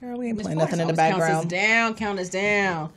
Girl, we ain't Miss playing Forrest nothing in the always Count us background. down, count us down.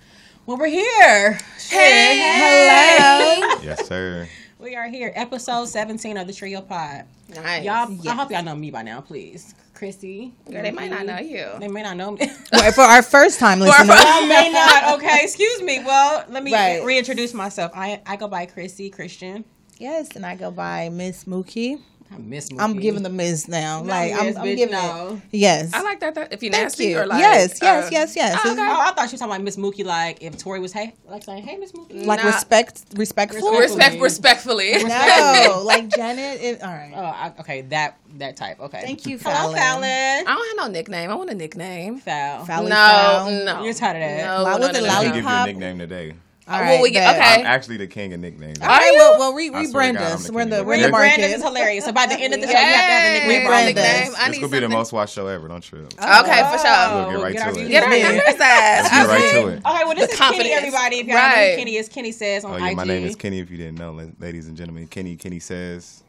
Well, we're here. Shit. Hello. Yes, sir. We are here. Episode 17 of the Trio Pod. Nice. Y'all, I hope y'all know me by now, please. Chrissy. Girl, they might not know you. They may not know me. Wait, for our first time listener, I may not. Okay, excuse me. Well, let me Right. reintroduce myself. I, I go by Chrissy Christian. yes, and I go by Miss Mookie. I miss I'm giving the Miss now. No, like yes, I'm, I'm bitch, giving no. it. Yes. I like that. that if you Thank nasty you. or like yes, yes, uh, yes, yes. oh, It's okay. Oh, I thought she was talking about Miss Mookie, like if Tori was hey, like saying, "Hey, Miss Mookie." Like Nah. respect, respectful. Respect, respectfully. No, like Janet. It, all right. Oh, I, okay, that that type. Okay, Thank you, Hello, Fallon. I don't have no nickname. I want a nickname. Foul. Valley no, Fowl. no. You're tired of that. No, Why no, was no, it no, I no. can give you a Lollipop? nickname today. All Well, we get- bet. okay. I'm actually the king of nicknames. All right, Are well, well, re- I swear to rebrand God, I'm us. the We're in the king. we're in the Rebrand market. Brandon is hilarious. So by the end of the show, Hey, you have to have a nickname. Rebrand for all of this. us. nickname. I This need could be the something- Oh, most watched show ever. Don't trip. Let's Okay, for sure. We'll get right Get to our it. views Get our back. Yeah. numbers get up. right to Okay, it. well, this The is Kenny, confidence. everybody. If y'all know who Right. Kenny is, Kenny says on Oh yeah, IG. my name is Kenny. If you didn't know, la- ladies and gentlemen, Kenny. Kenny says,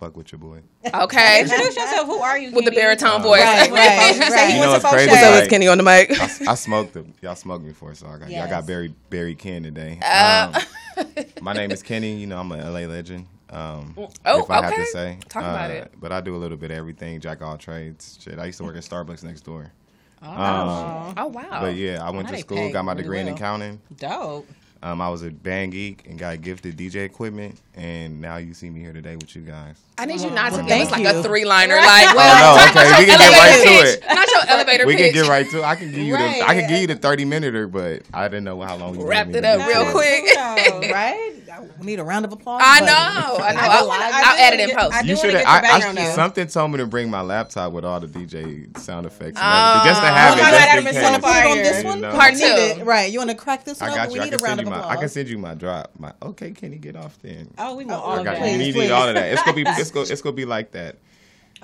"Fuck with your boy." Okay. Introduce yourself. Who are you? With the Kenny? baritone voice. Right, right, right. Um, You know what's crazy? So Like, it's Kenny on the mic. I, I smoked them. Y'all smoked me before, so I got y'all Yes. got Barry Barry Ken today. Uh, Um, my name is Kenny. You know, I'm an LA legend. Um, Oh, if I have okay. to say, Talk about Uh, it. But I do a little bit of everything, jack all trades. Shit, I used to work at Starbucks next door. Oh, Oh wow. But yeah, I went now to they school, pay got my really degree in well. accounting. dope. Um, I was a band geek and got gifted DJ equipment, and now you see me here today with you guys. I need you not to give thank us like you. a three liner. Like, Oh, no, okay, we can get right elevator to pitch. it. Not your elevator We can pitch. get right to. it. I can give you Right. the. I can give you the thirty minuter, but I didn't know how long. You Wrap needed me it to up do real that. quick. Quick. Right? I need a round of applause. I but- know. I know. I I'll, will- I I'll add it in post. I do You want to should. get I, the I, background though. something told me to bring my laptop with all the DJ sound effects, and Oh. everything, just to Oh my have it. God, just I'd have in been case. so Put it on Fire. this one. No. We Part need two. it. Right. You want to crack this one I open? got you. We I need a can round send of you my. applause. I can send you my drop. My okay, Kenny, get off then. Oh, we want Oh, all I of got that. you. Please, You please. need all of that. It's gonna be. It's gonna. It's gonna be like that.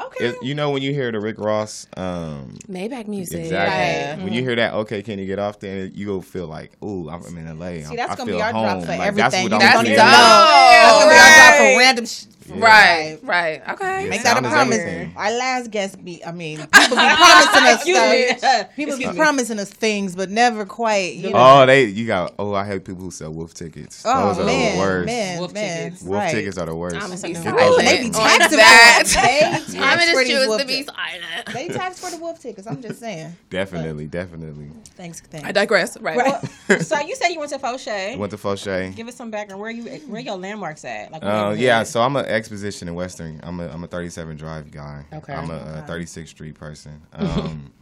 okay. It, you know when you hear the Rick Ross. Um, Maybach music. Exactly. Right. When you hear that, okay, can you get off there? You go feel like, ooh, I'm I'm in LA. See, that's I gonna feel be our drop home. for Like, everything. You That's don't what I'm even feeling. know. That's gonna be our drop Right. for random. Sh- Right. Right. Okay. Yeah, Make that a sound is promise. everything. Our last guest be. I mean, people be promising us Excuse stuff. me. People Excuse be me. promising us things, but never quite. You know. Oh, they you got. Oh, I hate people who sell wolf tickets. Oh, Those are man, the worst. man, Wolf man. tickets. Wolf right. tickets are the worst. I'm gonna be Get silent. those Ooh, they be things. on taxing that. us. They I'm tax for gonna these choose wolf to be tickets. silent. They tax for the wolf tickets. I'm just saying. Definitely, definitely. Thanks, I thanks. digress. Right. Well, so you said you went to Fauché. Went to Fauché. Give us some background. Where you? Where your landmarks at? Like, Uh, where you yeah, at? so I'm an exposition in Western. I'm a I'm a 37 Drive guy. Okay. I'm a uh, 36th Street person. Um,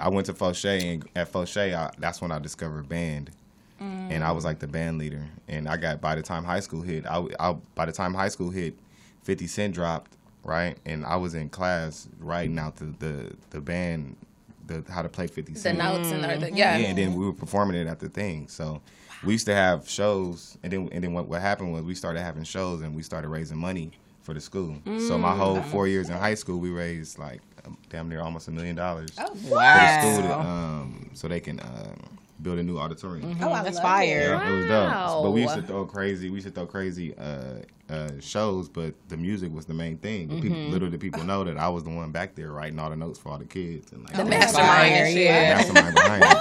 I went to Fauché, and at Fauché, I, that's when I discovered band, Mm. and I was like the band leader. And I got by the time high school hit, I, w- I- by the time high school hit, 50 Cent dropped right, and I was in class writing out the the, the band, the how to play 50 The Cent. notes and or the yeah. Yeah, and then we were performing it at the thing. So we used to have shows, and then and then what, what happened was we started having shows, and we started raising money for the school. So Mm. my whole four years in high school, we raised like um, damn near almost a million dollars Oh, for the school, to, um, so they can um, build a new auditorium. Oh, I That's love fire. Yeah, it was dope. But we used to Mm-hmm. Wow. throw crazy. We used to throw crazy uh, uh, shows, but the music was the main thing. But people, Mm-hmm. little did people know that I was the one back there writing all the notes for all the kids and like The all That's mastermind fire, and shit. yeah. that's the mind behind it.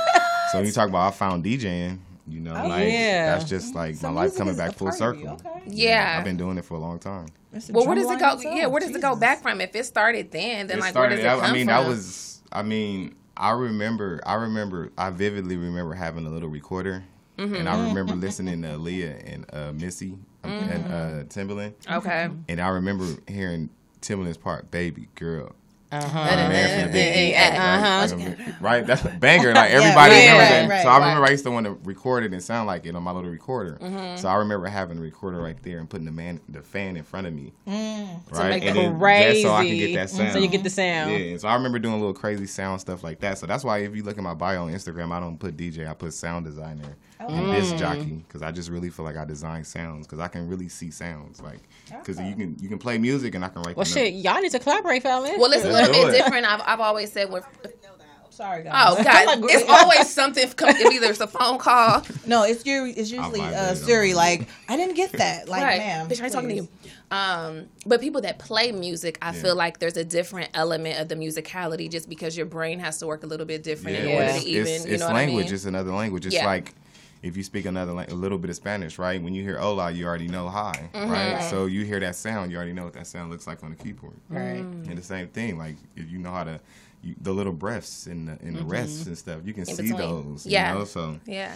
So when you talk about I found DJing, you Oh, know, like yeah. that's just like So my life music coming is a it back full part of you, circle. okay. Yeah. I've been doing it for a long time. It's a well, where does drumline it go? itself. Yeah, where does it go Jesus. back from? If it started then, then It like started- where does it I- I come mean, from? that was I mean, I remember I remember I vividly remember having a little recorder. Mm-hmm. And I remember listening to Aaliyah and uh, Missy um, Mm-hmm. and uh, Timbaland. okay. And I remember hearing Timbaland's part, baby girl. Uh-huh. man from the big Yeah. act, like- like a- right? That's a banger. Like everybody right, knows right, that. right, so I right. remember I used to want to record it and sound like it on my little recorder. So I remember having a recorder right there and putting the man, the fan in front of me, right? make and it just so I can crazy. get that sound. So you get the sound. Yeah. and So I remember doing little crazy sound stuff like that. So that's why if you look at my bio on Instagram, I don't put DJ. I put sound designer. And disc jockey, because I just really feel like I design sounds, because I can really see sounds, like, because you can you can play music and I can write. Well, the notes. shit, y'all need to collaborate, fellas. Well, it's a Let's little do bit it. different. I've I've always said with sorry, guys. Oh I'm God! like, it's always something. f- Come, either it's a phone call. No, it's your. It's usually uh, vibrate on Siri. it. Like I didn't get that. Like, right. ma'am, Bitch, I ain't talking to please. you. Um, but people that play music, I Yeah. feel like there's a different element of the musicality just because your brain has to work a little bit different in Yeah. order It's, to even, it's- you it's know language. what I mean? It's another language. It's Yeah. like if you speak another lang- a little bit of Spanish, right? When you hear "hola," you already know "hi," Mm-hmm. right? So you hear that sound, you already know what that sound looks like on the keyboard. Right. Mm-hmm. And the same thing, like if you know how to you, the little breaths and the, and the rests and stuff, you can see Mm-hmm. between. those. Yeah. You know? So Yeah.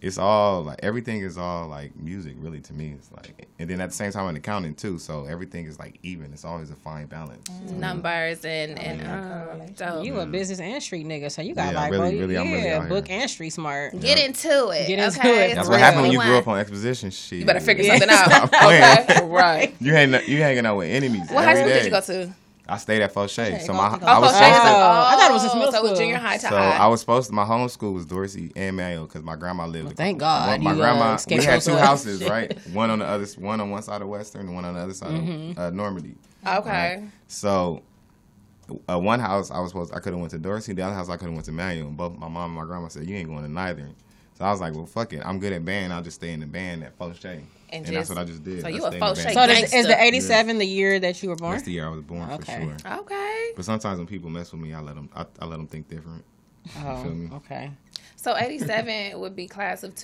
it's all like everything is all like music, really, to me. It's like, and then at the same time, I'm an accountant too, so everything is like even. It's always a fine balance. Mm. Numbers and, and um, so You a business and street nigga, so you got Mm-hmm. Yeah, like, really, bro, really, yeah, I'm really out here. book and street smart. get into it. Get into okay? it. That's That's what real. happened when you We grew want- up on exposition shit. You better figure Yeah. something out. Stop playing. Okay. right. You hang you hanging out with enemies. What high every school did day. you go to? I stayed at Fauché. So go- my go- I was Fauché is supposed a- to, I thought it was just middle So Oh, it was school. junior high to so high. I was supposed to my home school was Dorsey and Mayo because my grandma lived. thank God Well, my you, uh, grandma we escaped had those two ones. houses, right? One on the other one on one side of Western and one on the other side of uh, Normandy. okay. So uh, one house I was supposed I could have went to Dorsey, the other house I could have went to Mayo, and both my mom and my grandma said you ain't going to neither. So I was like, well, fuck it. I'm good at band. I'll just stay in the band at Fauché. And, And just- that's what I just did. so I you a stayed in the Fauché band. So this, is Gangsta. the '87 the year that you were born? That's the year I was born Okay. for sure. Okay. But sometimes when people mess with me, I let them. I, I let them think different. oh, feel me? okay. So 87 would be class of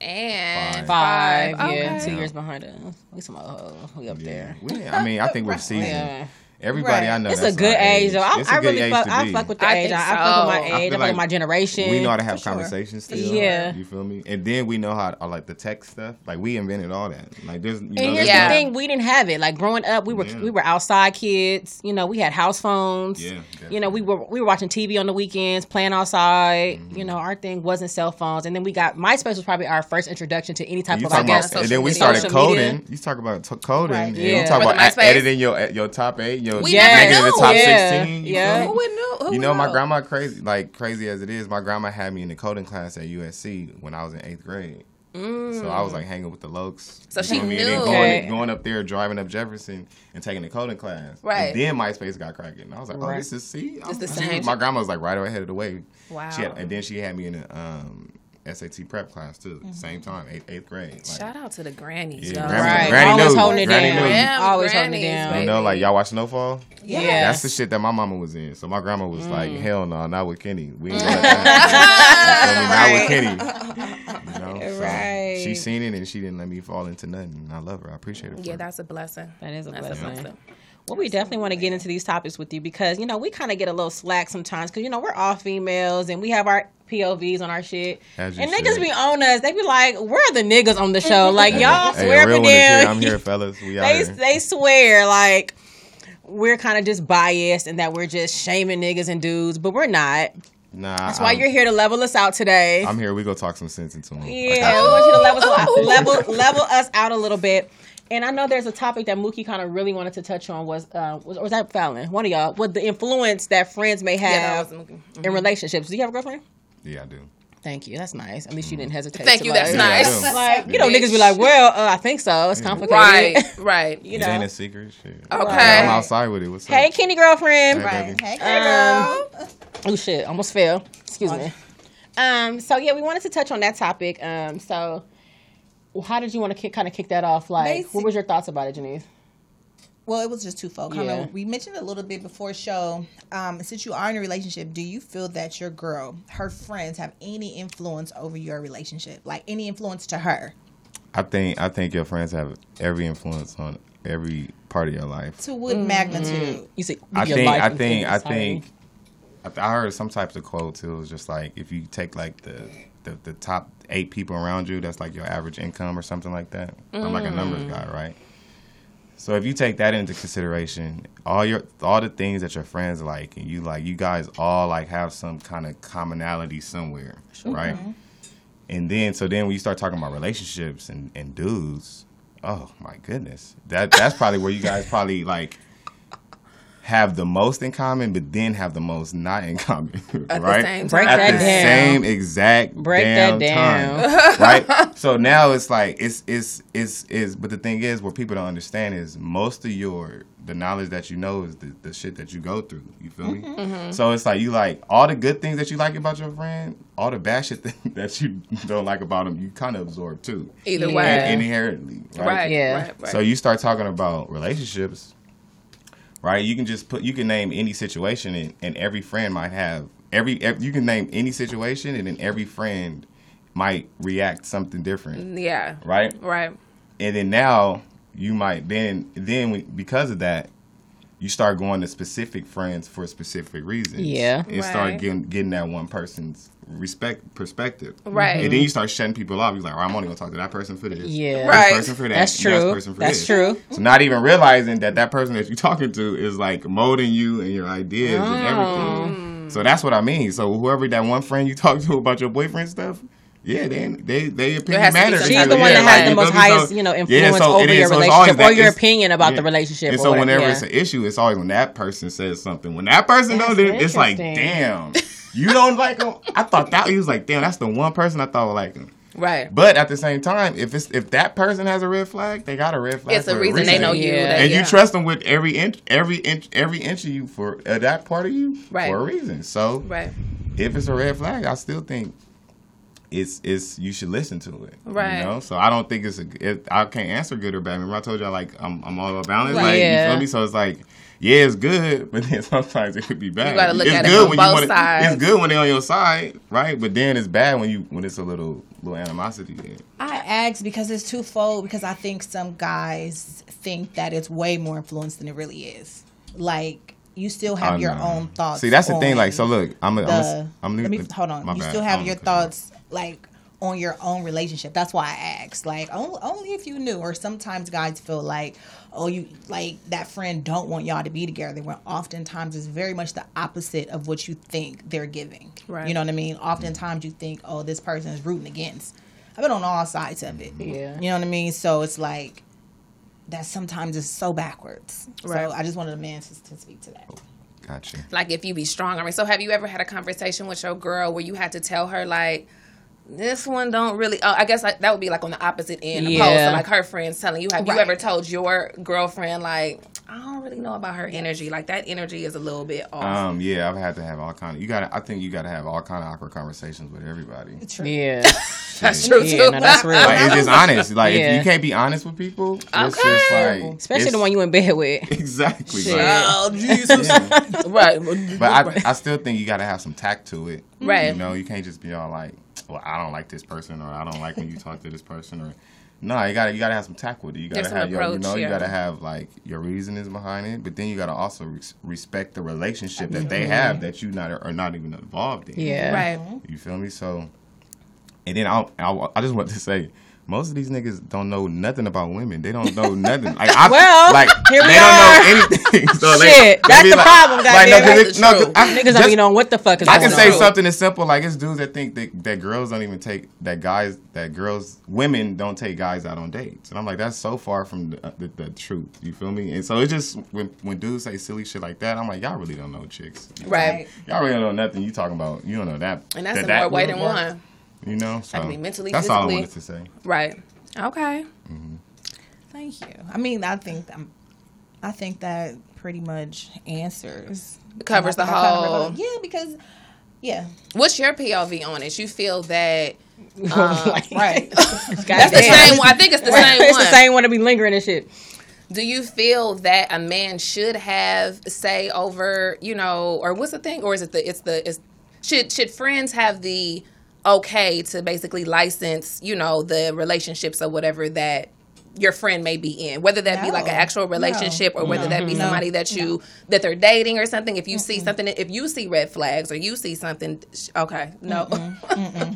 2005. Five, yeah, Okay. two years behind us. We some oh, we up there. We- I mean, I think we're seasoned. Yeah. Everybody I Right. know. It's a that's good our age though. I, It's a I good really age fuck. to I be. fuck with the I age. think I, I fuck with so. my I age. I, feel fuck with like my generation. We know how to have sure. conversations still. Yeah. You feel me? And then we know how, uh, like, the tech stuff. Like, we invented all that. Like, there's, you know, And here's there's Yeah. the thing: we didn't have it. Like growing up, we were Yeah. we were outside kids. You know, we had house phones. Yeah, you know, we were we were watching TV on the weekends, playing outside. Mm-hmm. You know, our thing wasn't cell phones. And then we got MySpace was probably our first introduction to any type You of. talk I talking about, guess. social and then we media. started Social media. coding. You talk about t- coding, Right. and Yeah. you talk Remember about a- the MySpace? editing your your top eight, your We making never it knew. the top Yeah. sixteen. You, Yeah. feel me? Who would knew? Who You would know, my grandma crazy, like crazy as it is. My grandma had me in the coding class at USC when I was in eighth grade. So I was like hanging with the Lokes. Mm. So You she feel me? And then knew. going, Okay. going up there, driving up Jefferson, and taking the coding class. Right. And then MySpace got cracking. And I was like, oh, Right. this is see. It's the she- same. My grandma was like right ahead of the way. Wow. She had, and then she had me in a um, SAT prep class too. Same time, eighth, eighth grade. Like, Mm-hmm. Shout out to the grannies, Yeah, y'all. grandma- Right, Granny always knew. holding it Granny down. knew. Damn, always holding it grannies, down. You baby. know, like y'all watch Snowfall. Yeah. That's the shit that my mama was in. So my grandma was like, Mm. hell no, not with Kenny. We ain't gonna let that happen. You feel me? Not with Kenny. You know? So Right. She seen it and she didn't let me fall into nothing. And I love her. I appreciate her. for Yeah, it. that's a blessing. That is a That's blessing. a blessing. Well, we definitely want to get into these topics with you because you know we kind of get a little slack sometimes because you know we're all females and we have our POVs on our shit, As you and should. niggas be on us. They be like, "We're the niggas on the show." Like y'all Hey, swear real for one is here. damn. I'm here, fellas. We out They here. they swear like we're kind of just biased and that we're just shaming niggas and dudes, but we're not. nah, That's why I'm, you're here to level us out today. I'm here. We go talk some sense into them. Yeah, we want you to Oh. level us, level level us out a little bit. And I know there's a topic that Mookie kind of really wanted to touch on was uh, was or was that Fallon, one of y'all, what the influence that friends may Yeah, have that was in relationships. Do you have a girlfriend? yeah, I do. mm-hmm. Thank you. That's nice. At least you didn't hesitate. Thank to you. like- That's Mm. Yeah, I nice. do. Like you know, niggas be like, well, uh, I think so. It's complicated. Right, right. You it ain't know. a secret. Shit. Okay. I'm outside with it. What's Hey, up? Kenny girlfriend. Hey, baby. Hey, Um, girl. Oh shit, almost fell. Excuse me. Um, so yeah, we wanted to touch on that topic. Um, so well, how did you want to kick, kind of kick that off? Like, Basic- what was your thoughts about it, Janice? Well, it was just twofold. Kind Yeah. of, we mentioned a little bit before show. Um, since you are in a relationship, do you feel that your girl, her friends, have any influence over your relationship? Like any influence to her? I think I think your friends have every influence on every part of your life. To what magnitude? You see, I your think, life I in think, I its entirety. think, I th- I heard some types of quote too. It was just like if you take like the, the the top eight people around you, that's like your average income or something like that. I'm like a Mm. numbers guy, right? So if you take that into consideration, all your all the things that your friends like, and you like, you guys all like have some kind of commonality somewhere, right? Mm-hmm. And then so then when you start talking about relationships and, and dudes, oh my goodness, that that's probably where you guys probably like have the most in common, but then have the most not in common, At the right? same Break time. At that the down. same exact Break damn that time, right? So now it's like it's it's it's is. But the thing is, what people don't understand is most of your the knowledge that you know is the, the shit that you go through. You feel me? Mm-hmm. So it's like you like all the good things that you like about your friend, all the bad shit that, that you don't like about them, you kind of absorb too, Either Yeah. way. And- in- inherently, right. Yeah. Right, right. so you start talking about relationships, right? You can just put you can name any situation and, and every friend might have every, ev you can name any situation and then every friend might react something different, yeah. right? Right. And then now you might then then we, because of that you start going to specific friends for specific reasons. Yeah. And start Right. getting getting that one person's respect perspective. Right. And then you start shutting people off. You're like, well, I'm only gonna talk to that person for this. Yeah. Right. This person for that. That's and this true. person for That's this. true. So not even realizing that that person that you're talking to is like molding you and your ideas Mm. and everything. So that's what I mean. So whoever that one friend you talk to about your boyfriend stuff, yeah, they they they opinion has to be matters. some She's type Yeah, of the one that has Yeah, the you most feel me? So- highest, you know, yeah, influence so it over is. your So it's always relationship that- or your it's- opinion about the yeah. relationship. And or so whatever. whenever Yeah. it's an issue, it's always when that person says something. When that person That's knows it, it's like, damn, interesting. you don't like him. I thought that he was like, damn, that's the one person I thought would like him. Right. But at the same time, if it's if that person has a red flag, they got a red flag. It's a for reason they know you. Yeah. that- and yeah. you trust them with every inch, every inch, every inch of you for uh, that part of you Right. for a reason. So Right. if it's a red flag, I still think it's it's you should listen to it. Right. You know, so I don't think it's a. It, I can't answer good or bad. Remember, I told you I like I'm I'm all about balance. Right. Like Yeah. you feel me? So it's like. Yeah, it's good, but then sometimes it could be bad. gotta look it's at it good from when you both wanna- sides. It's good when they're on your side, right? But then it's bad when you when it's a little little animosity there. I asked because it's twofold because I think some guys think that it's way more influence than it really is. Like you still have Oh, your no. own thoughts. See, that's the thing. on Like, so look, I'm, the, gonna- I'm, gonna- I'm, let gonna- me hold on. my You bad. still I'm have your okay. thoughts like on your own relationship. That's why I asked. Like only, only if you knew. Or sometimes guys feel like, oh, you like that friend don't want y'all to be together. When oftentimes it's very much the opposite of what you think they're giving. Right. You know what I mean? Oftentimes you think, oh, this person is rooting against. I've been on all sides of it. Yeah. You know what I mean? So it's like that sometimes is so backwards. Right. So I just wanted a man to, to speak to that. Gotcha. Like if you be strong. I mean, so have you ever had a conversation with your girl where you had to tell her like this one don't really oh, I guess like, that would be like on the opposite end of post. Yeah. So like her friends telling you have you Right. ever told your girlfriend like I don't really know about her energy. Like that energy is a little bit off. Um, yeah, I've had to have all kind of. You got. to I think you got to have all kind of awkward conversations with everybody. True. yeah. that's Shit. true Yeah, too. no, that's real. Like, it's just honest. Like, Yeah. if you can't be honest with people, it's just Okay. like, Especially it's- the one you in bed with. Exactly. Shit. like, oh Jesus. yeah. right. But I, I still think you got to have some tact to it. Right. You know, you can't just be all like, "Well, I don't like this person," or "I don't like when you talk to this person," or no, you got to you got to have some tact with it. You got There's to an have your, you approach, know, you yeah. got to have like your reasonings behind it, but then you got to also res- respect the relationship that they have that you not are not even involved in. Yeah. right. Mm-hmm. You feel me? So, and then I I, I just want to say. Most of these niggas don't know nothing about women. They don't know nothing. Like I Well, like here we they don't know anything. So they- Shit, they that's be the problem, no, goddamn. 'cause That's it- the no, 'cause truth. I- Niggas just- don't even know what the fuck is I going can on. say True. something as simple like it's dudes that think that, that girls don't even take that guys that girls women don't take guys out on dates, and I'm like that's so far from the, uh, the, the truth. You feel me? And so it's just when when dudes say silly shit like that, I'm like y'all really don't know chicks. You feel me? Right. Y'all really don't know nothing. You talking about you don't know that. And that's that, in that more way little than part, one. You know, so can be mentally, that's all I physically. wanted to say. Right. Okay. Thank you. I mean, I think I'm, I think that pretty much answers Covers the I covered whole. it. Yeah, because yeah, What's your POV on it? You feel that Like, right. that's the goddamn. same one. I think it's the same it's one. the same one to be lingering and shit. Do you feel that a man should have say over, you know, or what's the thing, or is it the it's the it's should should friends have the okay to basically license, you know, the relationships or whatever that your friend may be in, whether that be like an No. actual relationship or whether that be somebody that you that they're dating or something. If you see something, if you see red flags or you see something, sh- okay, no,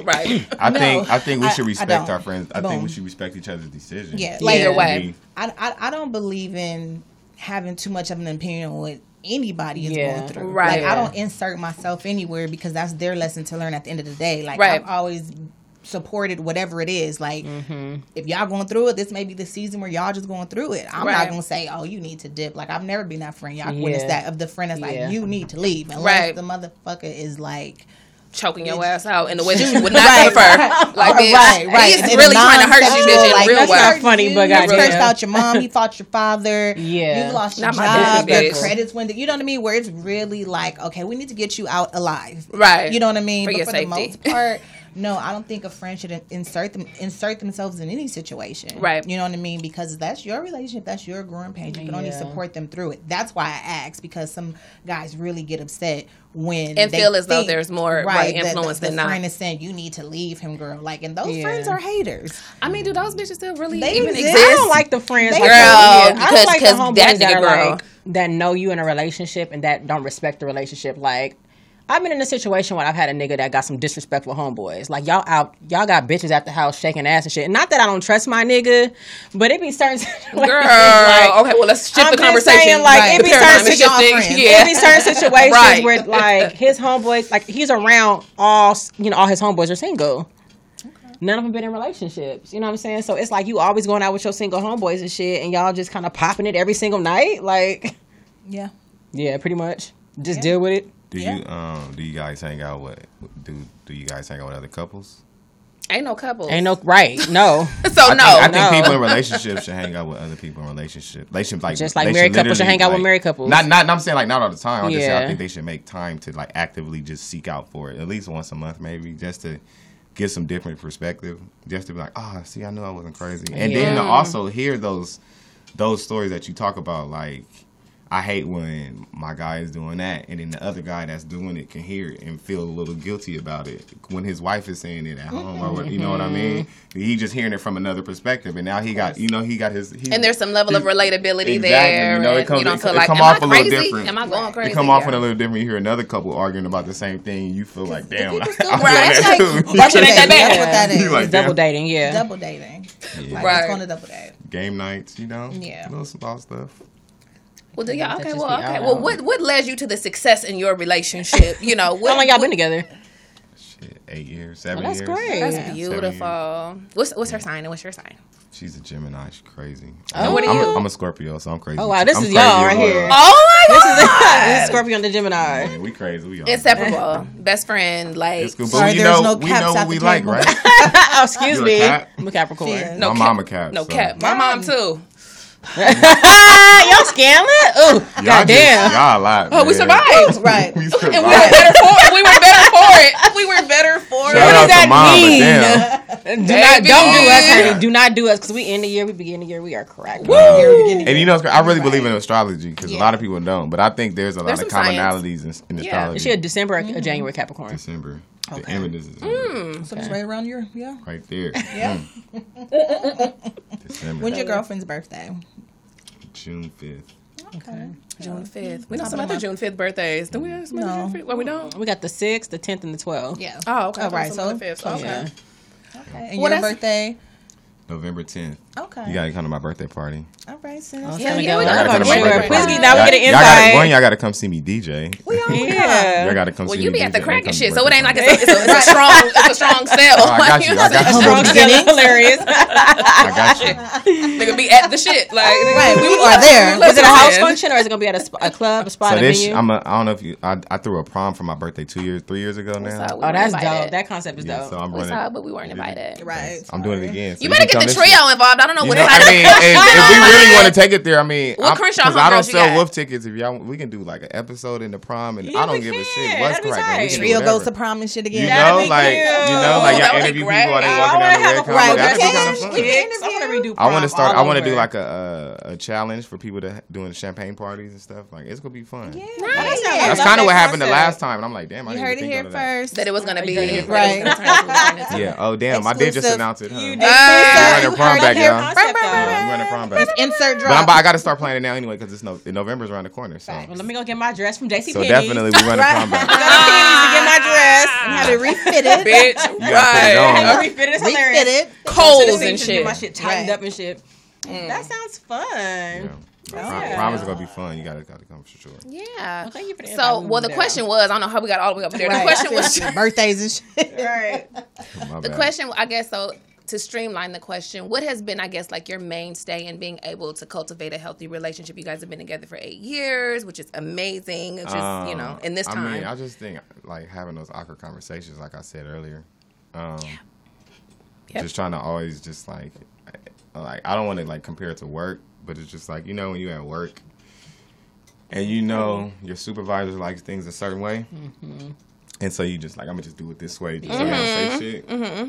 right, I think I think we I- should I respect don't. our friends. I think Boom. we should respect each other's decisions. yeah. Like, either way. Be- I, I I don't believe in having too much of an opinion on what anybody is Yeah. going through. Right. Like I don't insert myself anywhere because that's their lesson to learn at the end of the day. Like Right. I've always supported whatever it is like if y'all going through it this may be the season where y'all just going through it i'm not Right. gonna say oh you need to dip like i've never been that friend y'all witnessed Yeah. that of the friend that's Yeah. like you need to leave unless Right. the motherfucker is like choking your ass out in the way that you would not prefer. Like, Right, bitch, right, right. he's And in a really trying to hurt you, non-sexual, bitch, in like, real that's not life. funny, you, but you goddamn. cursed out your mom. He fought your father. Yeah. you lost Not your my job. business, Your bitch. credits went. You know what I mean? Where it's really like, okay, we need to get you out alive. Right. You know what I mean? For your but for the safety. most part, no, I don't think a friend should insert them insert themselves in any situation. Right. You know what I mean? Because that's your relationship. That's your growing pains. You can only Yeah. support them through it. That's why I asked because some guys really get upset when And they feel as though think, there's more, right, that the- influence the than not. friend is saying you need to leave him, girl. Like, and those Yeah. friends are haters. I mean, do those bitches still really They even exist. exist? I don't like the friends, They like do. that. Girl, I because- don't like the because that homeboys nigga that are girl. like that know you in a relationship and that don't respect the relationship. Like I've been in a situation where I've had a nigga that got some disrespectful homeboys. Like y'all out, y'all got bitches at the house shaking ass and shit. And Not that I don't trust my nigga, but it be certain situations, Girl, like, okay, well, let's shift I'm the just conversation. saying, like, it be Because certain I'm just y'all thinking- friends. yeah. It'd be certain situations Right. where like his homeboys, like he's around all you know, all his homeboys are single. None of them been in relationships. You know what I'm saying? So it's like you always going out with your single homeboys and shit, and y'all just kind of popping it every single night. Like, Yeah. yeah, pretty much. Just deal with it. Do Yeah. you um do you guys hang out with do do you guys hang out with other couples? Ain't no couple. Ain't no right. No, So no. I think no. people in relationships should hang out with other people in relationships. Relationship like Just like they married couples should literally, hang out with married couples. Not not I'm saying like not all the time. I'm just saying I Yeah. think they should make time to like actively just seek out for it at least once a month maybe just to get some different perspective just to be like ah see I knew I wasn't crazy and then to Yeah. also hear those those stories that you talk about like. I hate when my guy is doing that, and then the other guy that's doing it can hear it and feel a little guilty about it when his wife is saying it at home, or what, you know what Mm-hmm. I mean. He just hearing it from another perspective, and now he got, you know, he got his. He, And there's some level of relatability Exactly, there. you know, it and comes- you don't it- feel it like, come am off I a little crazy? different. Am I going crazy? it come off Yeah. in a little different. You hear another couple arguing about the same thing. You feel like, damn, I'm people doing still- Right. that too. That shit ain't that That's bad. what that Yeah. is. You like- double Yeah. dating. Yeah, double dating. Like Right. it's going to double date. Game nights, you know, Yeah. little small stuff. Well, do y'all, That okay, just well, be okay. out Well, on. what, what led you to the success in your relationship? You know, what, how long y'all what- been together? Shit, eight years, seven Well, that's years. great. That's Yeah. beautiful. What's, what's her sign and what's your sign? She's a Gemini. She's crazy. Oh. What are I'm, you? A, I'm a Scorpio, so I'm crazy. Oh, wow, this I'm is y'all crazy right as here. well. Oh my This God. is, this is Scorpio and the Gemini. Man, we crazy. We all Inseparable. Best friend. Like, It's good, but Sorry, we there's know no we caps know at what the we like, table. right? oh, excuse You a me. cat? I'm a Capricorn. Yeah. No My cap- mama cap. no so- cap. My mom, too. Y'all scamming? Oh, Y'all, just, goddamn. y'all a lot. Oh, we man. survived. Right. We And we were survived. better for we were better for it. We were better for Shout it. out that to mom, but mean? damn. Do not, don't do us, Baby. honey. Do not do us because we end the year, we begin the year, we are correct. And you know, I really believe in astrology because a Yeah. lot of people don't, but I think there's a lot There's of some science. commonalities in, in Yeah. astrology. Is she a December or a January Capricorn? December. The Okay. Amethyst is Mm. So it's right around your yeah. right there. Yeah. Mm. December. When's your girlfriend's birthday? June fifth. Okay. June fifth. We know some other June fifth birthdays. Do we have some No. other June fifth? Well, we don't. We got the 6th, the 10th, and the 12th. Yeah. Oh, okay. All right. So, fifth. so- Okay. Yeah. okay. And Well, your that's- birthday. November tenth. Okay. You gotta come to my birthday party. All right. So Oh, it's Yeah, time to yeah, go. we Y'all gotta gotta go to go to my Whiskey, birthday. Now we get an Y'all gotta, one, invite. y'all gotta come see me DJ. we all yeah. Yeah. Y'all gotta come Well, see you me be at the DJ. crack Come and to shit, my so it ain't like birthday it's a, it's a, it's a strong it's a strong sell. Oh, I got you. I got you. Drunk Stella, hilarious. party. I got you. Nigga be at the shit. Like nigga, Right. We are there. Is it a house Yeah. function or is it going to be at a, sp- a club, a spot, So a this, venue? I'm a, I don't know if you, I, I threw a prom for my birthday two years, three years ago now. saw it. oh, that's Invited. dope. That concept is Yeah, so dope. I'm We running. saw it, but we weren't invited. Right. I'm doing it again. So You better can get the come this year. trio involved. I don't know You what know, side I mean, if, if we really want to take it there, I mean, Well, I'm- Crenshaw I don't homegirls you sell got. wolf tickets. If y'all, we can do like an episode in the prom, and Yeah, I don't we give a shit. can. What's That'd be cracking? We tight. can do Trio goes to whatever. prom and shit You again. That'd know, be like cute. you know, like That y'all would be interview people great. while they I walking down the red carpet. right, That'd be vacation. kind of fun. We can I want to interview. redo I want to prom start. I all want to do over. like a, a a challenge for people to doing champagne parties and stuff. Like it's gonna be fun. Yeah. Nice. I That's love kind that of what happened the concept. last time, and I'm like, damn, I You didn't heard it even here think of that. first. that it was gonna be Right. that it was gonna turn into eternity. Yeah. Oh damn, I did just Exclusive. announce it. Huh? You You did. Ah, running you prom heard back, it here y'all. first. Concept, though. Yeah, we running prom back. Insert But I'm, drop. about- I got to start planning now anyway because it's no, November's around the corner. So, Well, let me go get my dress from JCPenney. so definitely we run a combat. I need to get my dress. and have it refitted. Bitch, You gotta right. put it on. I refit it. It's hilarious. refitted. Coals Just and get shit. My shit tightened Right. up and shit. That sounds fun. Yeah. Prom, yeah. prom is gonna be fun. You gotta gotta come for sure. Yeah. Well, thank you for the invite. so, We well, the moved question was, I don't know how we got all the way up there. The question was, birthdays and shit. right. My the bad. question, I guess, so to streamline the question, what has been, I guess, like your mainstay in being able to cultivate a healthy relationship? You guys have been together for eight years, which is amazing. Which is, you know, Um, in this time. I mean, I just think like having those awkward conversations, like I said earlier. Um, Yep. Just trying to always just like, I- like I don't want to like compare it to work, but it's just like you know when you at work, and you know your supervisor likes things a certain way, Mm-hmm. and so you just like I'm gonna just do it this way. Just so they don't say shit.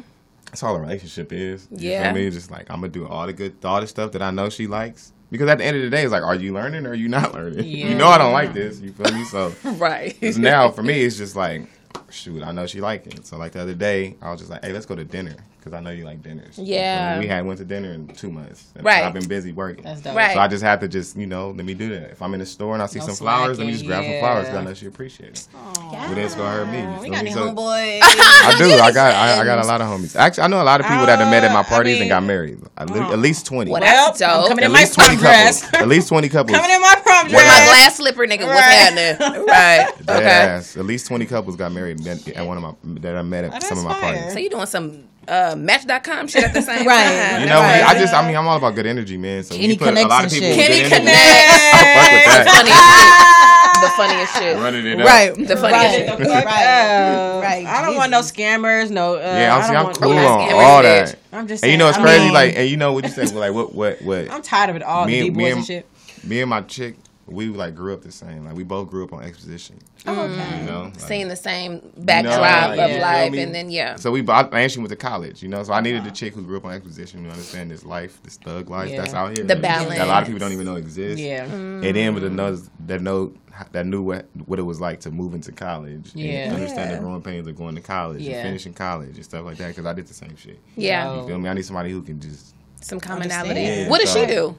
That's all a relationship is. You Mm-hmm. Yeah. feel me? Just like I'm gonna do all the good, all the stuff that I know she likes. Because at the end of the day, it's like, are you learning or are you not learning? Yeah. You know I don't like this. You feel me? So right. 'Cause now for me, it's just like, shoot, I know she like it. So like the other day, I was just like, hey, let's go to dinner because I know you like dinners. Yeah. And we had went to dinner in two months. And Right. I've been busy working. That's dope. Right. So I just have to just you know let me do that. If I'm in the store and I see No some flowers, let me just slacking, grab some flowers yeah. 'cause I know she appreciates it. But it's gonna hurt me. You We feel got me? any So- homeboys. I do. I got I, I got a lot of homies. Actually, I know a lot of people that have met at my Uh, I parties mean- and got married. At le- at least twenty. What at well, That's dope. I'm coming in At my least prom dress. couples. At least twenty couples. coming in my prom With my dress. glass slipper, nigga, what's Right. happening? Right. Dead Okay. ass. At least twenty couples got married at, at one of my that I met at That's some of my fire. parties. So you doing some uh, Match.com shit at the same Right. time? You know, Right. I just I mean I'm all about good energy, man. So when Kenny you put a lot of connects and people. shit. with Kenny good energy, connects. fuck with that. Funny shit. The funniest shit. Running it up. Right. The funny right. shit. Right. Right. right. I don't want no scammers. No. Uh, Yeah, I'm, I see, don't I'm want- cool Let's on get all rid of that. it. I'm just. And you saying, know it's I crazy, mean, like and you know what you said, like what what what I'm tired of it all. Me the and- D me boys and and- shit. me and my chick, we like grew up the same. Like we both grew up on exposition. Mm. You know? Like, Seeing the same backdrop like, of you feel life, me? and then yeah, So we bought, and she went to college, you know. So I needed a chick who grew up on exposition to understand this life, this thug life Yeah. that's out here. The that- That a lot balance. of people don't even know exists. Yeah. And then with the knows that know that knew what what it was like to move into college. Yeah. And understand Yeah. the growing pains of going to college Yeah. and finishing college and stuff like that. Because I did the same shit. yeah, Yo. You feel me? I need somebody who can just. some commonality. Understand. Yeah, what does so- she do?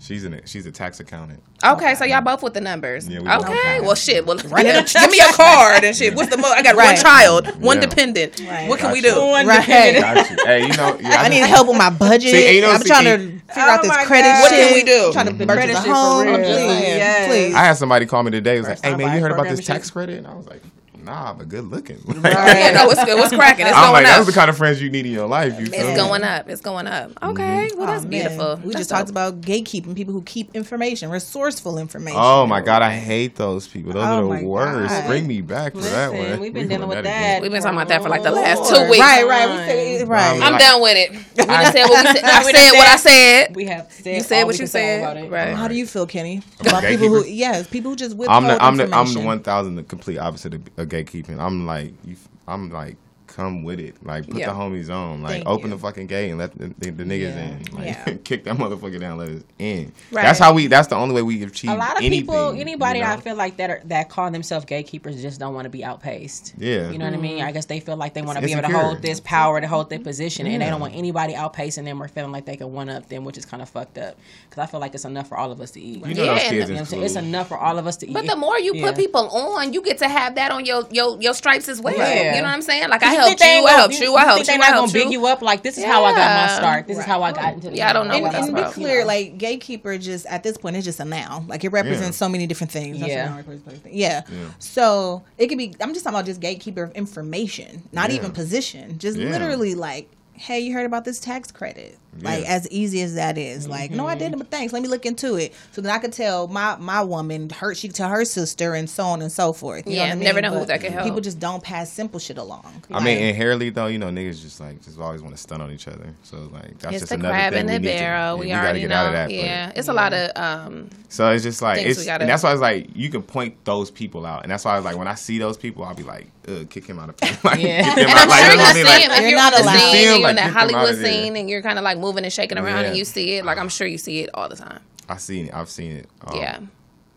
She's in it. She's a tax accountant. Okay, so y'all both with the numbers. Yeah, we both okay, with well, numbers. shit. Well, give me a card and shit. What's the most? I got one Right. child, one Yeah. dependent. Right. What can we Gotcha. do? One Right. dependent. Got you. hey, you know, yeah, I need just- help with my budget. See, ain't no- I'm trying to see- figure out Oh this my credit God. shit. What can we do? I'm trying to Mhm. purchase Credit a shit for home. I'm real. just saying, Yes. please. I had somebody call me today. Was like, time "Hey man, buying you heard about programming this tax credit?" And I was like, "Nah, but good looking." Like, Yeah, no, what's good? What's cracking? It's I'm going like, up. "That's the kind of friends you need in your life." You feel me? it's going up. It's going up. Okay, well, that's Oh, man. beautiful. We That's just talked dope. about gatekeeping, people who keep information, resourceful information. Oh my god, I hate those people. Those Oh, are my the worst. God. Bring me back for that Listen, one. we've been dealing We doing with again. that. We've been talking about that for like the last Lord. two weeks. Right, right. We said, right. I'm Like- done with it. We done I- said what we said. I We said done what I said- said. We have said You said all what we you can say about said. it. Right. How do you feel, Kenny? About About people who, gatekeepers? yes, people who just withhold I'm the I'm the I'm information. the one thousand the complete opposite of, of gatekeeping. I'm like you, f- I'm like come with it. Like put Yeah. the homies on. Like Thank you. open the fucking gate and let the, the, the niggas Yeah. in. Like Yeah. kick that motherfucker down. Let us in. Right. That's how we. That's the only way we achieve. A lot of anything, people, anybody you know? I feel like that are, that call themselves gatekeepers just don't want to be outpaced. Yeah. You know what I Mm-hmm. mean? I guess they feel like they want to be able to insecure. hold this power, to hold their position, and they Yeah. don't want anybody outpacing them or feeling like they can one up them, which is kind of fucked up. Because I feel like it's enough for all of us to eat. You know Yeah, those kids and the- You know what I'm saying? in school. It's enough for all of us to eat. But the more you Yeah. put people on, you get to have that on your your your stripes as well. Yeah. You know what I'm saying? Like I You think helped you, they ain't I gonna- helped you, I helped think they you, I not gonna helped big you. you up like this is how I got my Yeah. start. This is Right. how I got into. the Yeah, I don't know world. what and, that's and be about. clear, like gatekeeper, just at this point, it's just a noun. Like it represents so many different things. That's Yeah. what it represents. yeah. Yeah. So it could be. I'm just talking about just gatekeeper of information, not Yeah. even position. Just Yeah. literally like, hey, you heard about this tax credit? Yeah. Like as easy as that is. Like, no, Mm-hmm. I didn't, but thanks. Let me look into it. So then I could tell my my woman her she to her sister and so on and so forth. You know Yeah, what I mean? never know who But that could help. People just don't pass simple shit along. I mean, inherently though, you know, niggas just like just always want to stun on each other. So like that's It's just the another crab thing in we the need to- barrel. yeah, we, we gotta already get know. out of that. but- yeah, it's a lot of um. So it's just like Things we it's, gotta- and that's why it's like you can point those people out, and that's why I was like when I see those people, I'll be like, Ugh, kick him out of like, Yeah. And kick him And out. I'm Like, sure that's what you I see mean, him like, if You're you're on not the allowed. scene, You're and you're in like, get that them outta Hollywood there. scene, and you're kind of like moving and shaking around, and Yeah. you see it. Like I'm sure you see it all the time. I seen it. I've seen it. all Yeah,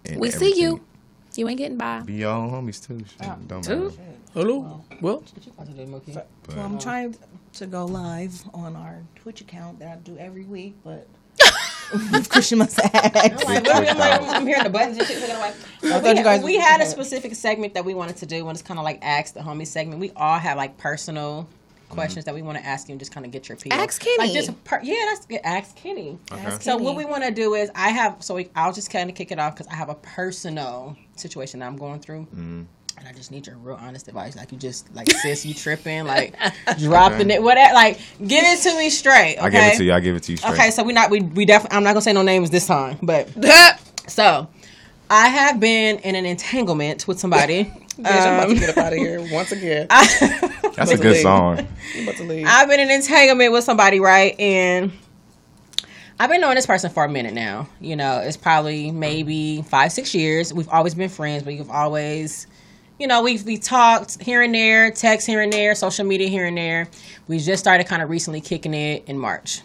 in we see everything. you. You ain't getting by. Be your own homies too. Shit, Don't Too? matter. Hello. Well, But Well, I'm trying to go live on our Twitch account that I do every week, but Christian must ask. I'm, like, literally, I'm, like, I'm hearing the buttons and shit. looking like, well, thought we, you guys- we had a specific segment that we wanted to do, and it's kind of like ask the homie segment. We all have like personal Mm-hmm. questions that we want to ask you and just kind of get your opinion. Ask Like Kenny. just per- yeah, that's yeah, ask Kenny. Okay. So what we Kenny. want to do is I have so we, I'll just kind of kick it off because I have a personal situation that I'm going through. Mm-hmm. And I just need your real honest advice. Like you just like sis, you tripping, like dropping it, whatever. Like give it to me straight. Okay? I give it to you. I give it to you straight. Okay, so we not we we definitely. I'm not gonna say no names this time, but so I have been in an entanglement with somebody. Bitch, I'm about to Um, get up out of here once again. That's a Basically. good song. I'm about to leave. I've been in an entanglement with somebody, right? And I've been knowing this person for a minute now. You know, it's probably maybe five, six years. We've always been friends. We've always, you know, we've we talked here and there, text here and there, social media here and there. We just started kind of recently kicking it in March.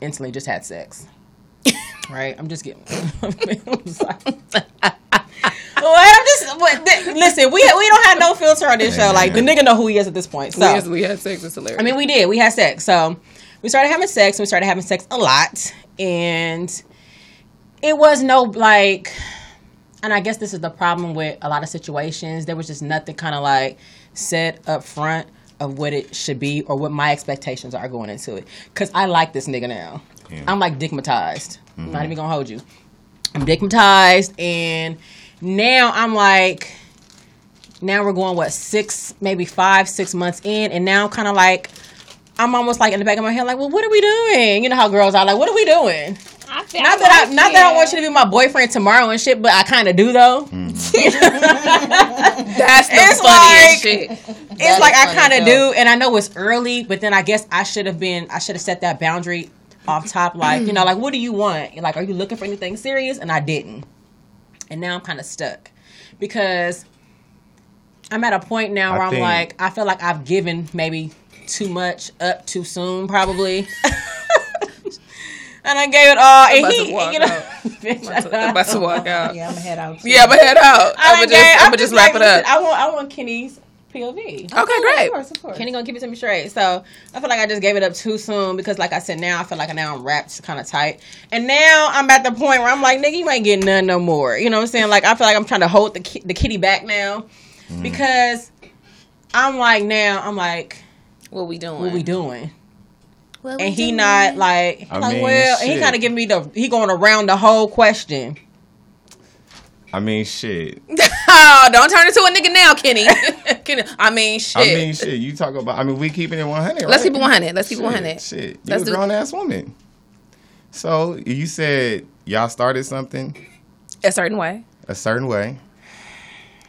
Instantly just had sex. right? I'm just getting. I'm sorry. What? I'm just what, th- listen. We we don't have no filter on this show. Like the nigga know who he is at this point. So Yes, we had sex. It's hilarious. I mean, we did. We had sex. So we started having sex. and We started having sex a lot, and it was no like. And I guess this is the problem with a lot of situations. There was just nothing kind of like set up front of what it should be or what my expectations are going into it. Cause I like this nigga now. Yeah. I'm like digmatized. I'm not even gonna hold you. I'm digmatized, and now I'm like now we're going what six maybe five six months in and now kind of like i'm almost like in the back of my head like well what are we doing you know how girls are like what are we doing I feel not that i like not that i want you to be my boyfriend tomorrow and shit but i kind of do though Mm. That's the It's funniest shit. it's like i funny, kind of though. do and i know it's early but then i guess i should have been i should have set that boundary off top like you know like what do you want like are you looking for anything serious and i didn't and now i'm kind of stuck because i'm at a point now I where i'm think- like i feel like i've given maybe too much up too soon probably and i gave it all and about to he walk you know out. bitch, I'm about to walk out. Yeah, I'm gonna head out. Yeah, but head out. I'm I done gonna gave- just, I'm I'm gonna just like, wrap it up. listen, I want i want kenny's pov Okay, great. Kenny gonna give it to me straight. So I feel like I just gave it up too soon because, like I said, now I feel like now I'm wrapped kind of tight, and now I'm at the point where I'm like, nigga, you ain't getting none no more. You know what I'm saying? Like I feel like I'm trying to hold the ki- the kitty back now Mm-hmm. because I'm like now I'm like, What we doing? what we doing? and he not like, he I like mean, well, and he shit. kind of giving me the he going around the whole question. I mean, shit. Oh, don't turn into a nigga now, Kenny. Kenny. I mean, shit. I mean, shit. You talk about. I mean, we keeping it one hundred. Let's keep it 100. Let's keep it 100. Shit, shit. you Let's a do- grown ass woman. So you said y'all started something A certain way. a certain way,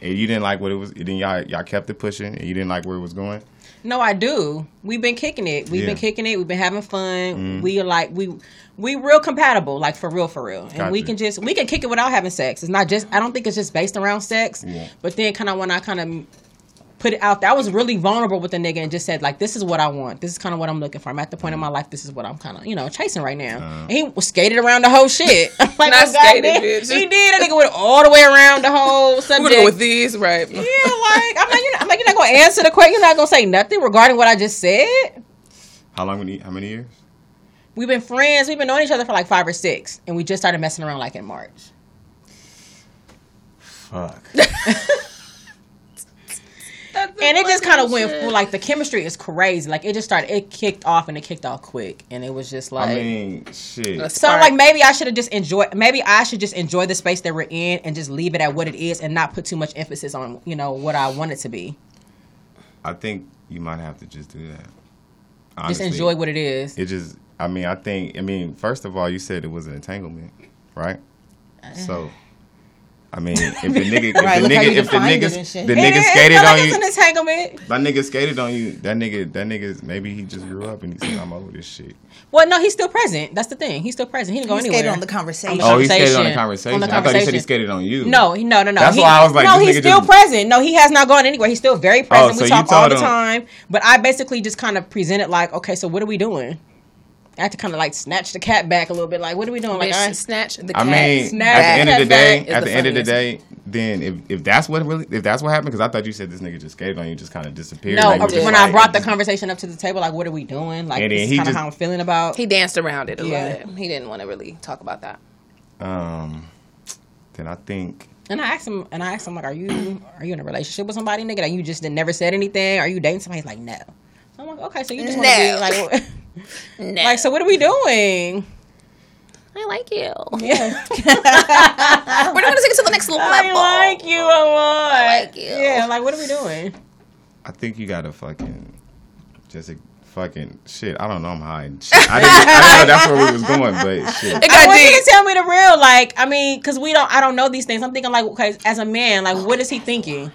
and you didn't like what it was. Then y'all y'all kept it pushing, and you didn't like where it was going. No, I do. We've been kicking it. We've Yeah. Mm-hmm. been kicking it. We've been having fun. We are like we we real compatible, like for real, for real. And Got we you. can just we can kick it without having sex. It's not just I don't think it's just based around sex. Yeah. But then kind of when I kind of put it out there, I was really vulnerable with the nigga and just said like, this is what I want. This is kind of what I'm looking for. I'm at the point in Mm-hmm. my life. This is what I'm kind of you know chasing right now. Uh-huh. And he was skated around the whole shit. I'm like, Not oh, goddamn. skated, bitch. He did. That nigga went all the way around the whole We're subject. gonna go with these, right? Yeah, like I'm like, you're not, I'm like, you're not gonna answer the question. You're not gonna say nothing regarding what I just said. How long? we- How many years? We've been friends. We've been knowing each other for like five or six, and we just started messing around like in March. Fuck. and it just kind of went full. Like the chemistry is crazy. Like it just started. It kicked off and it kicked off quick, and it was just like. I mean, shit. Let's- so I'm spark. like maybe I should have just enjoy. Maybe I should just enjoy the space that we're in and just leave it at what it is, and not put too much emphasis on you know what I want it to be. I think you might have to just do that. Just Honestly. enjoy what it is. It just. I mean, I think. I mean, first of all, you said it was an entanglement, right? So. I mean, if the nigga, if Uh. Right, the look how you nigga, if the defined it and nigga, shit. the It It nigga is- skated it's not on like you, It's an entanglement. That nigga skated on you. That nigga, that nigga's maybe he just grew up and he said, I'm over this shit. Well, no, he's still present. That's the thing. He's still present. He didn't go He anywhere. skated on the conversation. Oh, he skated on the Conversation. On conversation. the I thought you said conversation. he skated on you. No, he- no, no, no. That's why I was like, no, this he's nigga still just- Oh, present. No, he has not gone anywhere. He's still very present. we so you talk all told the him- time. But I basically just kind of presented like, okay, so what are we doing? I had to kind of like snatch the cat back a little bit. Like, what are we doing? Like, Bitch, I, snatch the I cat. mean, snap at the end of the that day, fact is at the the end of the funniest. day, then if, if that's what really if that's what happened, because I thought you said this nigga just skated on you, just kind of disappeared. no, like, you just when like- I brought the conversation up to the table, like, what are we doing? Like, And then this he is kind of just- how I'm feeling about. he danced around it a Yeah. little bit. He didn't want to really talk about that. um, then I think And I asked him, and I asked him, like, are you are you in a relationship with somebody, nigga? That you just did, never said anything? Are you dating somebody? He's like, no. So I'm like, okay, so you just want to be No. like, No. like, so what are we doing? I like you. Yeah, We're not gonna take it to the next level. I like you a lot. like you. Yeah, like what are we doing? I think you gotta fucking just uh, fucking shit. I don't know. I'm high. and Shit. I, didn't, I didn't know that's where we was going, but shit. I want you to tell me the real, like, I mean, because we don't, I don't know these things. I'm thinking, like, okay, as a man, like, what is he thinking?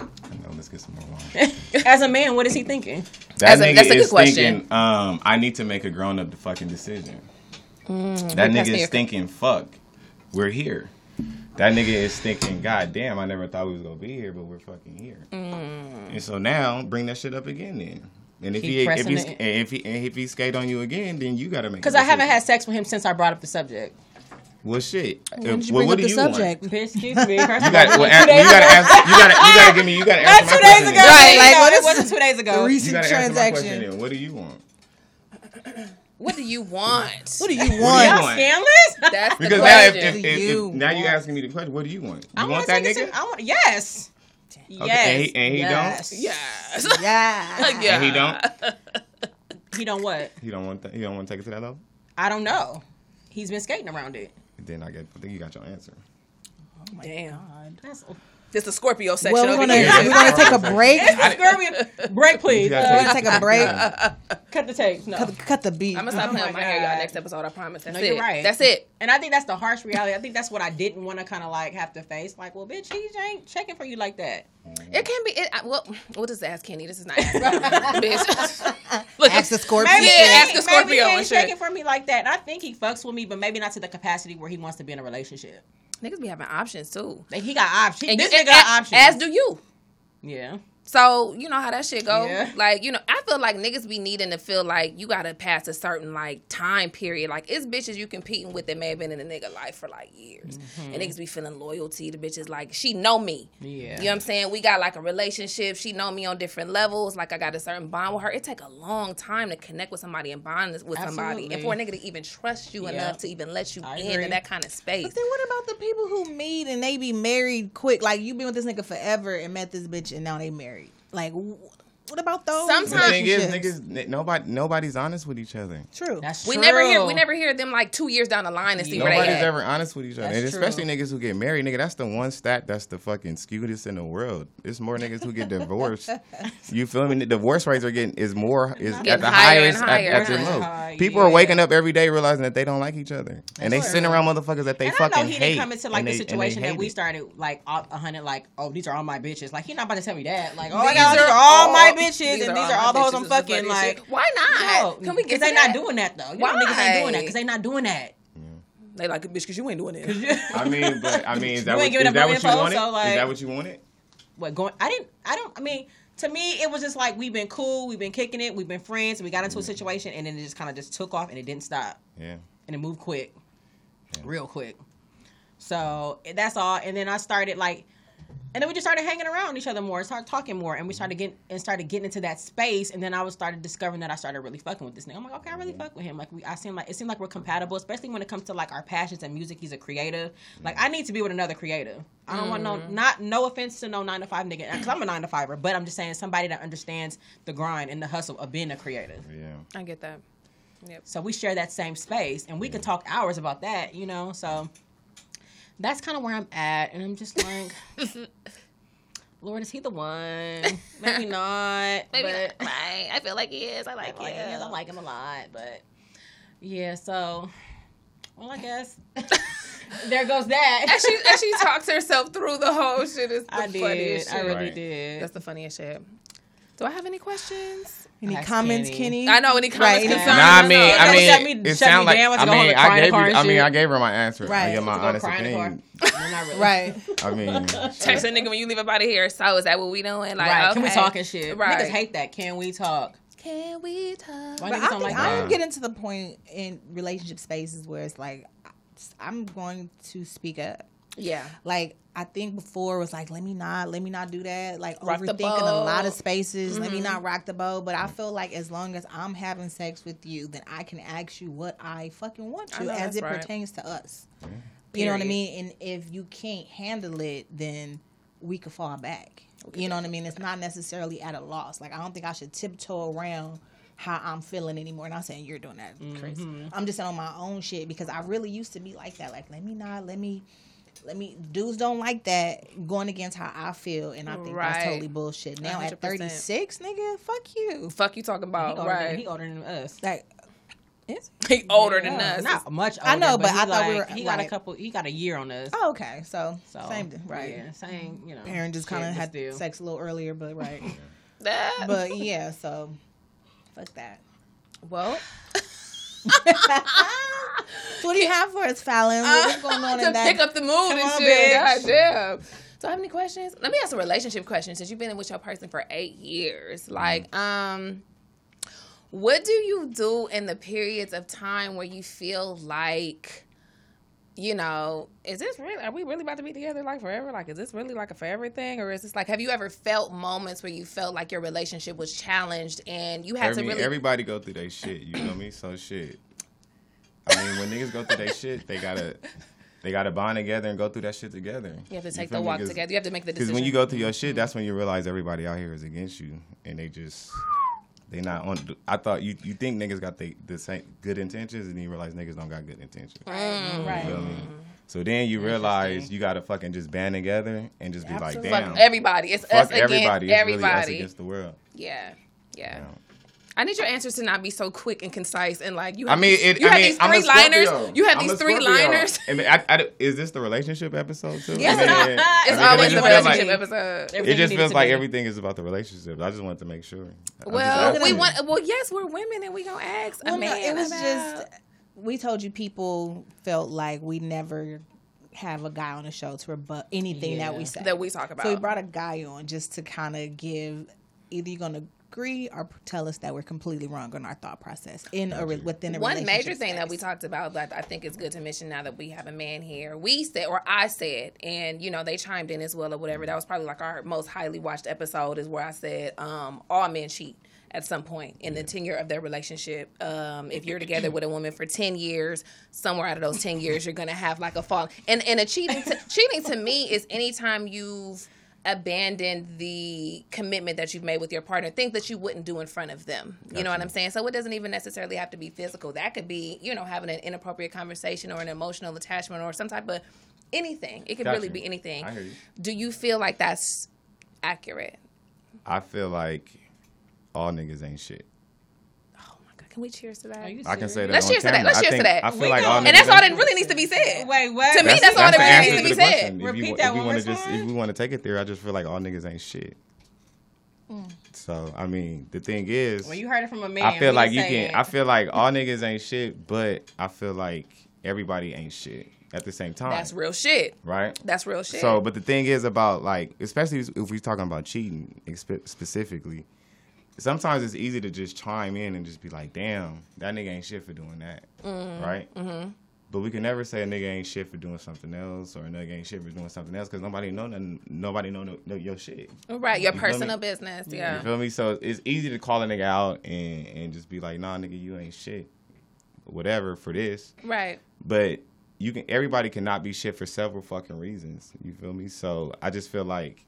Hang on, let's get some more wine. As a man, what is he thinking? That That's a- nigga that's a good is question. thinking. Um, I need to make a grown up fucking decision. that pass nigga me is a- thinking. Fuck, we're here. That nigga is thinking. God damn, I never thought we was gonna be here, but we're fucking here. And so now, bring that shit up again. Then, and if Keep he if pressing he, it. and if he and if he skate on you again, then you gotta make. a Because I haven't decision. had sex with him since I brought up the subject. Well, shit. When did you well, bring what up do the you subject? Want? Bitch, excuse me. First You of all, got. Well, two ask, days you gotta ago- ask. You gotta. You gotta give me. You gotta Not answer my two question. days ago. then. Right, like, no, well, it this wasn't is two days ago. You Recent gotta answer my question. transaction. Then. What do you want? What do you want? What do you What Y'all want? want? scandalous? That's the Because now, if, question. if, if, Do you if, now you want- asking me the question, what do you want? You I want want that take nigga? it to- I want yes. Yes. and he- and he don't? yes. yes. Yeah. yeah. And he don't. He don't what? He don't want. That, he don't want to take it to that level. I don't know. He's been skating around it. Then I get. I think you got your answer. Damn. That's This the Scorpio section. Well, we're over gonna here. Yeah. we're gonna take a break. Scorpio. Break, please. You gotta Uh, We're gonna take a break. cut the tape. No. Cut, cut the beat. Uh-huh. I'm gonna Oh stop playing with my my hair, y'all. God. Next episode, I promise. That's No, it. you're right. That's it. And I think that's the harsh reality. I think that's what I didn't want to kind of like have to face. Like, well, bitch, he ain't checking for you like that. It can be. It, I, well, we'll just ask Kenny. This is not asking, bitch. Look, Ask the Scorpio. Maybe Yeah, he ask ain't- the Scorpio Maybe he and ain't shit. checking for me like that. And I think he fucks with me, but maybe not to the capacity where he wants to be in a relationship. Niggas be having options too. Like, he got options. And this you, nigga got as, options. as do you. yeah. So you know how that shit go. Yeah. Like you know, I feel like niggas be needing to feel like you gotta pass a certain like time period. Like it's bitches you competing with that may have been in a nigga life for like years, and niggas be feeling loyalty to bitches like she know me. Mm-hmm. Yeah. you know what I'm saying. We got like a relationship. She know me on different levels. Like I got a certain bond with her. It take a long time to connect with somebody and bond with somebody, and Absolutely. for a nigga to even trust you Yeah. enough to even let you I in agree. in that kind of space. But then what about the people who meet and they be married quick? Like you been with this nigga forever and met this bitch and now they married. Like wh- what about those? Sometimes- The thing is, relationships? niggas, n- nobody, nobody's honest with each other. True. That's we true. never hear we never hear them like two years down the line and see where they Nobody's at. ever honest with each other, That's and especially true. niggas who get married. Nigga, that's the one stat that's the fucking skewedest in the world. It's more niggas who get divorced. you feel me? The divorce rates are getting is more is at Getting the higher and highest at- higher. at, their Higher, low. high, People are yeah. waking up every day realizing that they don't like each other, and they That's sitting true. around motherfuckers that they And I fucking know he hate. didn't come into and like they- the and they situation that hate we it. started like all- a hundred like oh these are all my bitches like he not about to tell me that like oh These these, God, are these are all all- my bitches these are and these all are all the my hoes bitches I'm is the funny fucking like shit. why not? no, Can we 'cause get they to not that? doing that though you know niggas ain't doing that because they not doing that They like, bitch, because you ain't doing it. I mean, but I mean, is that You what, ain't is giving up that no what you info, wanted? so, is like- that what you wanted? what going I didn't I don't I mean to me it was just like we've been cool we've been kicking it we've been friends we got into a Mm. situation and then it just kind of just took off and it didn't stop Yeah. and it moved quick, real quick. So eh, that's all. And then I started like, and then we just started hanging around each other more, started talking more, and we started getting and started getting into that space. And then I was started discovering that I started really fucking with this nigga. I'm like, okay, I really fuck with him. Like we, I seem like it seemed like we're compatible, especially when it comes to like our passions and music. He's a creative. Like I need to be with another creative. I don't want no not no offense to no nine to five nigga because I'm a nine to fiver, but I'm just saying somebody that understands the grind and the hustle of being a creative. Yeah. I get that. Yep. So we share that same space and we can talk hours about that, you know? So that's kind of where I'm at. And I'm just like, Lord, is he the one? Maybe not. but Maybe not. Right. I feel like he is. I like, I like him. him. I like him a lot. But yeah, so, well, I guess there goes and that. she and she talks herself through the whole shit. Is the I did. funniest I shit. really Right. did. That's the funniest shit. Do I have any questions? Any Ask comments, Kenny. Kenny? I know any comments. Right. concerning Nah, Nah, I us? mean, No, I no, mean, shut me- it shut sound me like down, let's I go home mean, and cry I in the gave you, car and I mean, shit. I gave her my answer. Right. I gave my Let's go honest cry in the opinion. No, not really. Right. I mean, text a nigga when you leave about here. So is that what we doing? Like, Right. Can we okay. talk and shit? Right. Niggas hate that. Can we talk? Can we talk? Why But niggas I don't think like that? I'm that. getting to the point in relationship spaces where it's like I- I'm going to speak up. Yeah. Like I think before it was like let me not, let me not do that. Like Rock the overthinking a lot of boat. Mm-hmm. spaces. Let me not rock the boat. But I feel like as long as I'm having sex with you, then I can ask you what I fucking want I to know as that's it right. pertains to us. You know what I Period. mean? And if you can't handle it, then we could fall back. You know what I mean? It's not necessarily at a loss. Like I don't think I should tiptoe around how I'm feeling anymore. Not saying you're doing that, Chris. Mm-hmm. I'm just saying on my own shit because I really used to be like that. Like let me not, let me, let me. Dudes don't like that going against how I feel, and I think that's Right. totally bullshit. Now 100%. at 36, nigga, fuck you. Fuck you talking He about, older, than, right? he older than us. Like He older than Yeah, us. Not much. Older, I know, but he I thought we like- were- He got a right. couple. He got a year on us. oh, okay, so, So same thing, right? Yeah, same. You know, Aaron just kind of shit, but had still. sex a little earlier, but right. That- but yeah, so fuck that. well, So what do you have for us, Fallon? What's going on Uh, to in that? pick up the mood and on, shit. bitch. God damn. Do I have any questions? Let me ask a relationship question since you've been with your person for eight years. Like, Mm. um, what do you do in the periods of time where you feel like, you know, is this really, are we really about to be together like forever? Like, is this really like a forever thing? Or is this like, have you ever felt moments where you felt like your relationship was challenged and you had Every, to really. Everybody go through their shit, you know me? So shit. I mean, when niggas go through their shit, they gotta they gotta bond together and go through that shit together. you have to take feel the me? walk 'Cause- together. You have to make the Because decision. Mm-hmm. when you go through your shit, that's when you realize everybody out here is against you, and they just they not on. I thought you you think niggas got they, the same good intentions, and then you realize niggas don't got good intentions. You feel right. me? So then Mm-hmm. you realize you gotta fucking just band together and just be Absolutely. like, Fuck damn, everybody. It's fuck us everybody, against everybody. It's really us against the world. Yeah. Yeah. you know? I need your answers to not be so quick and concise and like you I have mean, these, it, you I have mean, these I'm a three liners. Scorpio. You have I'm a these three Scorpio. liners. I mean, I- I- is this the relationship episode too? Yes. I mean, It's I mean, It's 'cause it always a just feels relationship Like, episode. it Everything just you need feels to like be. everything is about the relationship. I just wanted to make sure. I'm Well, just we asking. want. Well, yes, we're women and we gonna ask. Well, I mean, no, it was about- just we told you people felt like we never have a guy on the show to rebut anything that we Yeah. say. that we talk about. so we brought a guy on just to kind of give either you're gonna agree or tell us that we're completely wrong on our thought process in a re- within a one relationship major thing that we space. talked about that I think is good to mention now that we have a man here. We said, or I said, and you know they chimed in as well or whatever. That was probably like our most highly watched episode is where I said um, all men cheat at some point in the tenure of their relationship. Um, if you're together with a woman for ten years, somewhere out of those ten years, you're gonna have like a fall. And and a cheating to, cheating to me is anytime you've abandoned the commitment that you've made with your partner, things that you wouldn't do in front of them. You know what I'm saying? So it doesn't even necessarily have to be physical. That could be, you know, having an inappropriate conversation or an emotional attachment or some type of anything. It could Got really you. be anything. I hear you. Do you feel like that's accurate? Oh I feel like all niggas ain't shit. Oh my God. Can we cheers to that? Are you I can say that. serious? on Let's cheers to that. camera. Let's I cheers to think- that. I feel We like know. all and that's niggas all ain't that really needs to be said. Wait, what? To me, that's all That's that the really answer to the needs to be said. question. If Repeat you, that if we one want more to just, if time. we want to take it there, I just feel like all niggas ain't shit. Mm. So I mean, the thing is, When you heard it from a man, I feel we like you saying- can. I feel like all niggas ain't shit, but I feel like everybody ain't shit at the same time. That's real shit. right. That's real shit. So, but the thing is about like, especially if we're talking about cheating expe- specifically, sometimes it's easy to just chime in and just be like, "Damn, that nigga ain't shit for doing that," right? Mm-hmm. But we can never say a nigga ain't shit for doing something else or a nigga ain't shit for doing something else because nobody know nothing, nobody know, no, know your shit. right, your You feel me? personal business. Yeah. You feel me? So it's easy to call a nigga out and and just be like, "Nah, nigga, you ain't shit," whatever for this Right. but you can everybody cannot be shit for several fucking reasons you feel me so i just feel like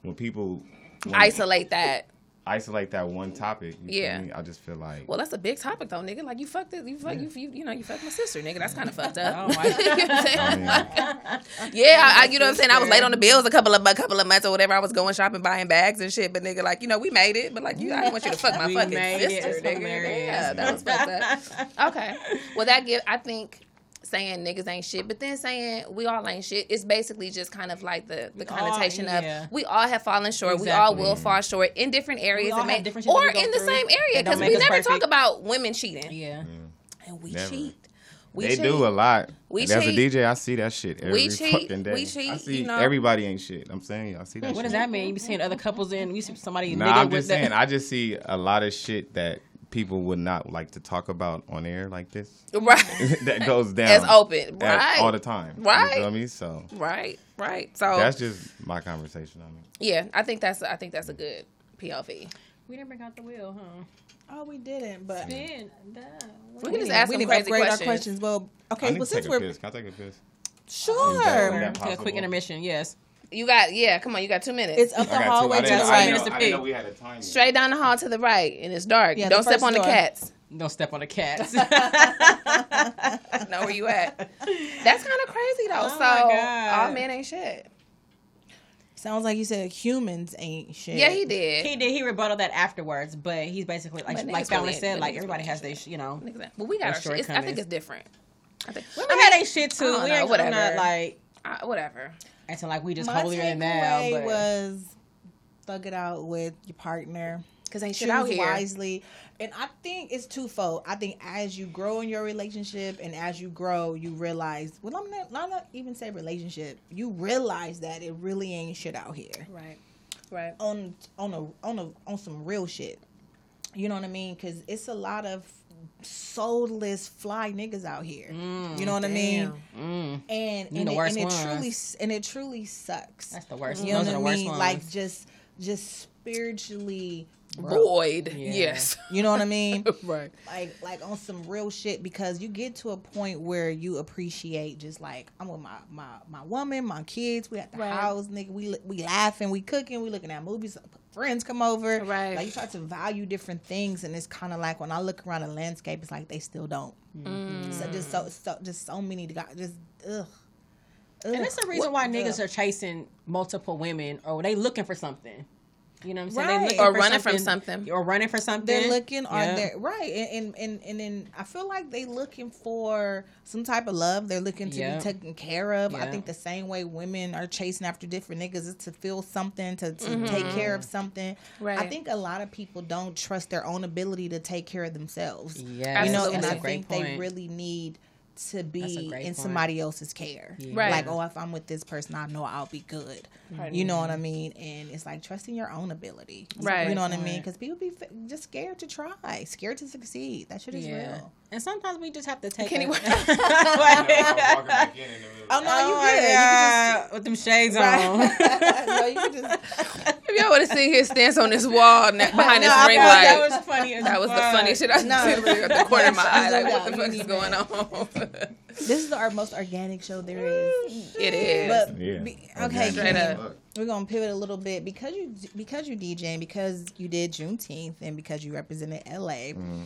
when people wanna Isolate that. isolate that one topic you feel Yeah. me? i just feel like Well, that's a big topic though, nigga. Like you fucked it, you fuck, you, you you know you fucked my sister, nigga. That's kind of fucked up. Oh, I- You know what I'm saying? I mean, yeah, I, I, you know what I'm saying. I was late on the bills a couple of a couple of months or whatever. I was going shopping, buying bags and shit. But nigga, like you know, we made it. But like you, I didn't want you to fuck my We fucking made it. sister, It's nigga. hilarious. Yeah, that was fucked up. Okay, well that give I think saying niggas ain't shit, but then saying we all ain't shit. It's basically just kind of like the the all- connotation yeah. of we all have fallen short. We all Exactly. will fall short in different areas, all and have may- different shit that or we go in the through same area that don't because we make us never talk perfect. about women cheating. yeah. And we Never. cheat. We they cheat. do a lot We and as a cheat. dj i see that shit every cheat. fucking day We cheat, i see you know. everybody ain't shit i'm saying i see that What shit does that mean? You be seeing other couples in? You see somebody nah nigga i'm with just the- saying i just see a lot of shit that people would not like to talk about on air like this Right. that goes down As open. at- Right. all the time Right. you feel me so Right. Right. So that's just my conversation on it yeah, I think that's I think that's a good POV. we didn't bring out the wheel, huh? Oh, we didn't, but Man, duh. We can just ask we some didn't crazy upgrade questions. our questions. Well, I okay, need well to take since a we're piss. Can I take a piss? sure, that Take a possible? quick intermission. Yes. You got yeah. Come on, you got two minutes. It's up the I got two. hallway I to the didn't- I didn't right. know- I didn't know we had a time. straight down the hall to the right, and it's dark. Yeah, the Don't step first on the door. cats. Don't step on the cats. know where you at. That's kind of crazy though. Oh, so my God. all men ain't shit. Sounds like you said humans ain't shit. Yeah, he did. he did. He rebutted that afterwards, but he's basically like But like niggas Fallon really- said, but like niggas everybody really has their sh- you know. But we got Their our shit. It's- I think shortcomings. it's different. I think We had their shit too. don't We know, ain't I'm not whatever. like I, whatever. acting like we just My holier than thou. takeaway But was thug it out with your partner. Cause ain't shit choose out here. wisely. And I think it's twofold. I think as you grow in your relationship and as you grow, you realize, well, I'm not, I'm not even say relationship. You realize that it really ain't shit out here Right. Right. Oh, on on a on a on some real shit. You know what I mean? Because it's a lot of soulless fly niggas out here. you know what I mean? And Mm, You and, the it, worst and it ones. truly s- and it truly sucks. that's the worst. You know Those what are I the worst mean? ones. Like just just spiritually broke. Void. Yeah. Yes. You know what I mean? right. like like on some real shit because you get to a point where you appreciate just like I'm with my my my woman, my kids, we at the Right. house, nigga, we li- we laughing, we cooking, we looking at movies, friends come over. Right. Like you start to value different things and it's kind of like when I look around the landscape it's like they still don't. Mm. So just so, so just so many to got just ugh. and it's the reason why niggas are chasing multiple women, or they looking for something. You know what I'm saying? Right. They looking Or for running from something. Or running for something. they're looking are Yeah. they right and and and, and then i feel like they looking for some type of love they're looking to Yeah. be taken care of i Yeah. think the same way women are chasing after different niggas is to feel something to, to Mm-hmm. take care of something i Right. think a lot of people don't trust their own ability to take care of themselves Yes, you know Absolutely. and That's i a great think they point. really need to a be great in point. somebody else's care Right. like oh if i'm with this person i know i'll be good you know what i mean and it's like trusting your own ability Right. you know what i mean Right. because people be f- just scared to try scared to succeed that shit is Yeah. real And sometimes we just have to take. Kenny, a- what- walking back in in the middle. oh no Oh you my good God, with them shades on. no you can just If y'all would have seen his stance on this wall ne- behind this I ring thought light, that was funny. As that was the fuck. funniest shit I No. seen at the corner of my eye. No Like, what the doubt. fuck You is need going on? this is our most organic show there is it is. but Yeah. be- Okay, okay Straight Kenny, up. we're gonna pivot a little bit because you because you DJ and because you did Juneteenth and because you represented LA. Mm-hmm.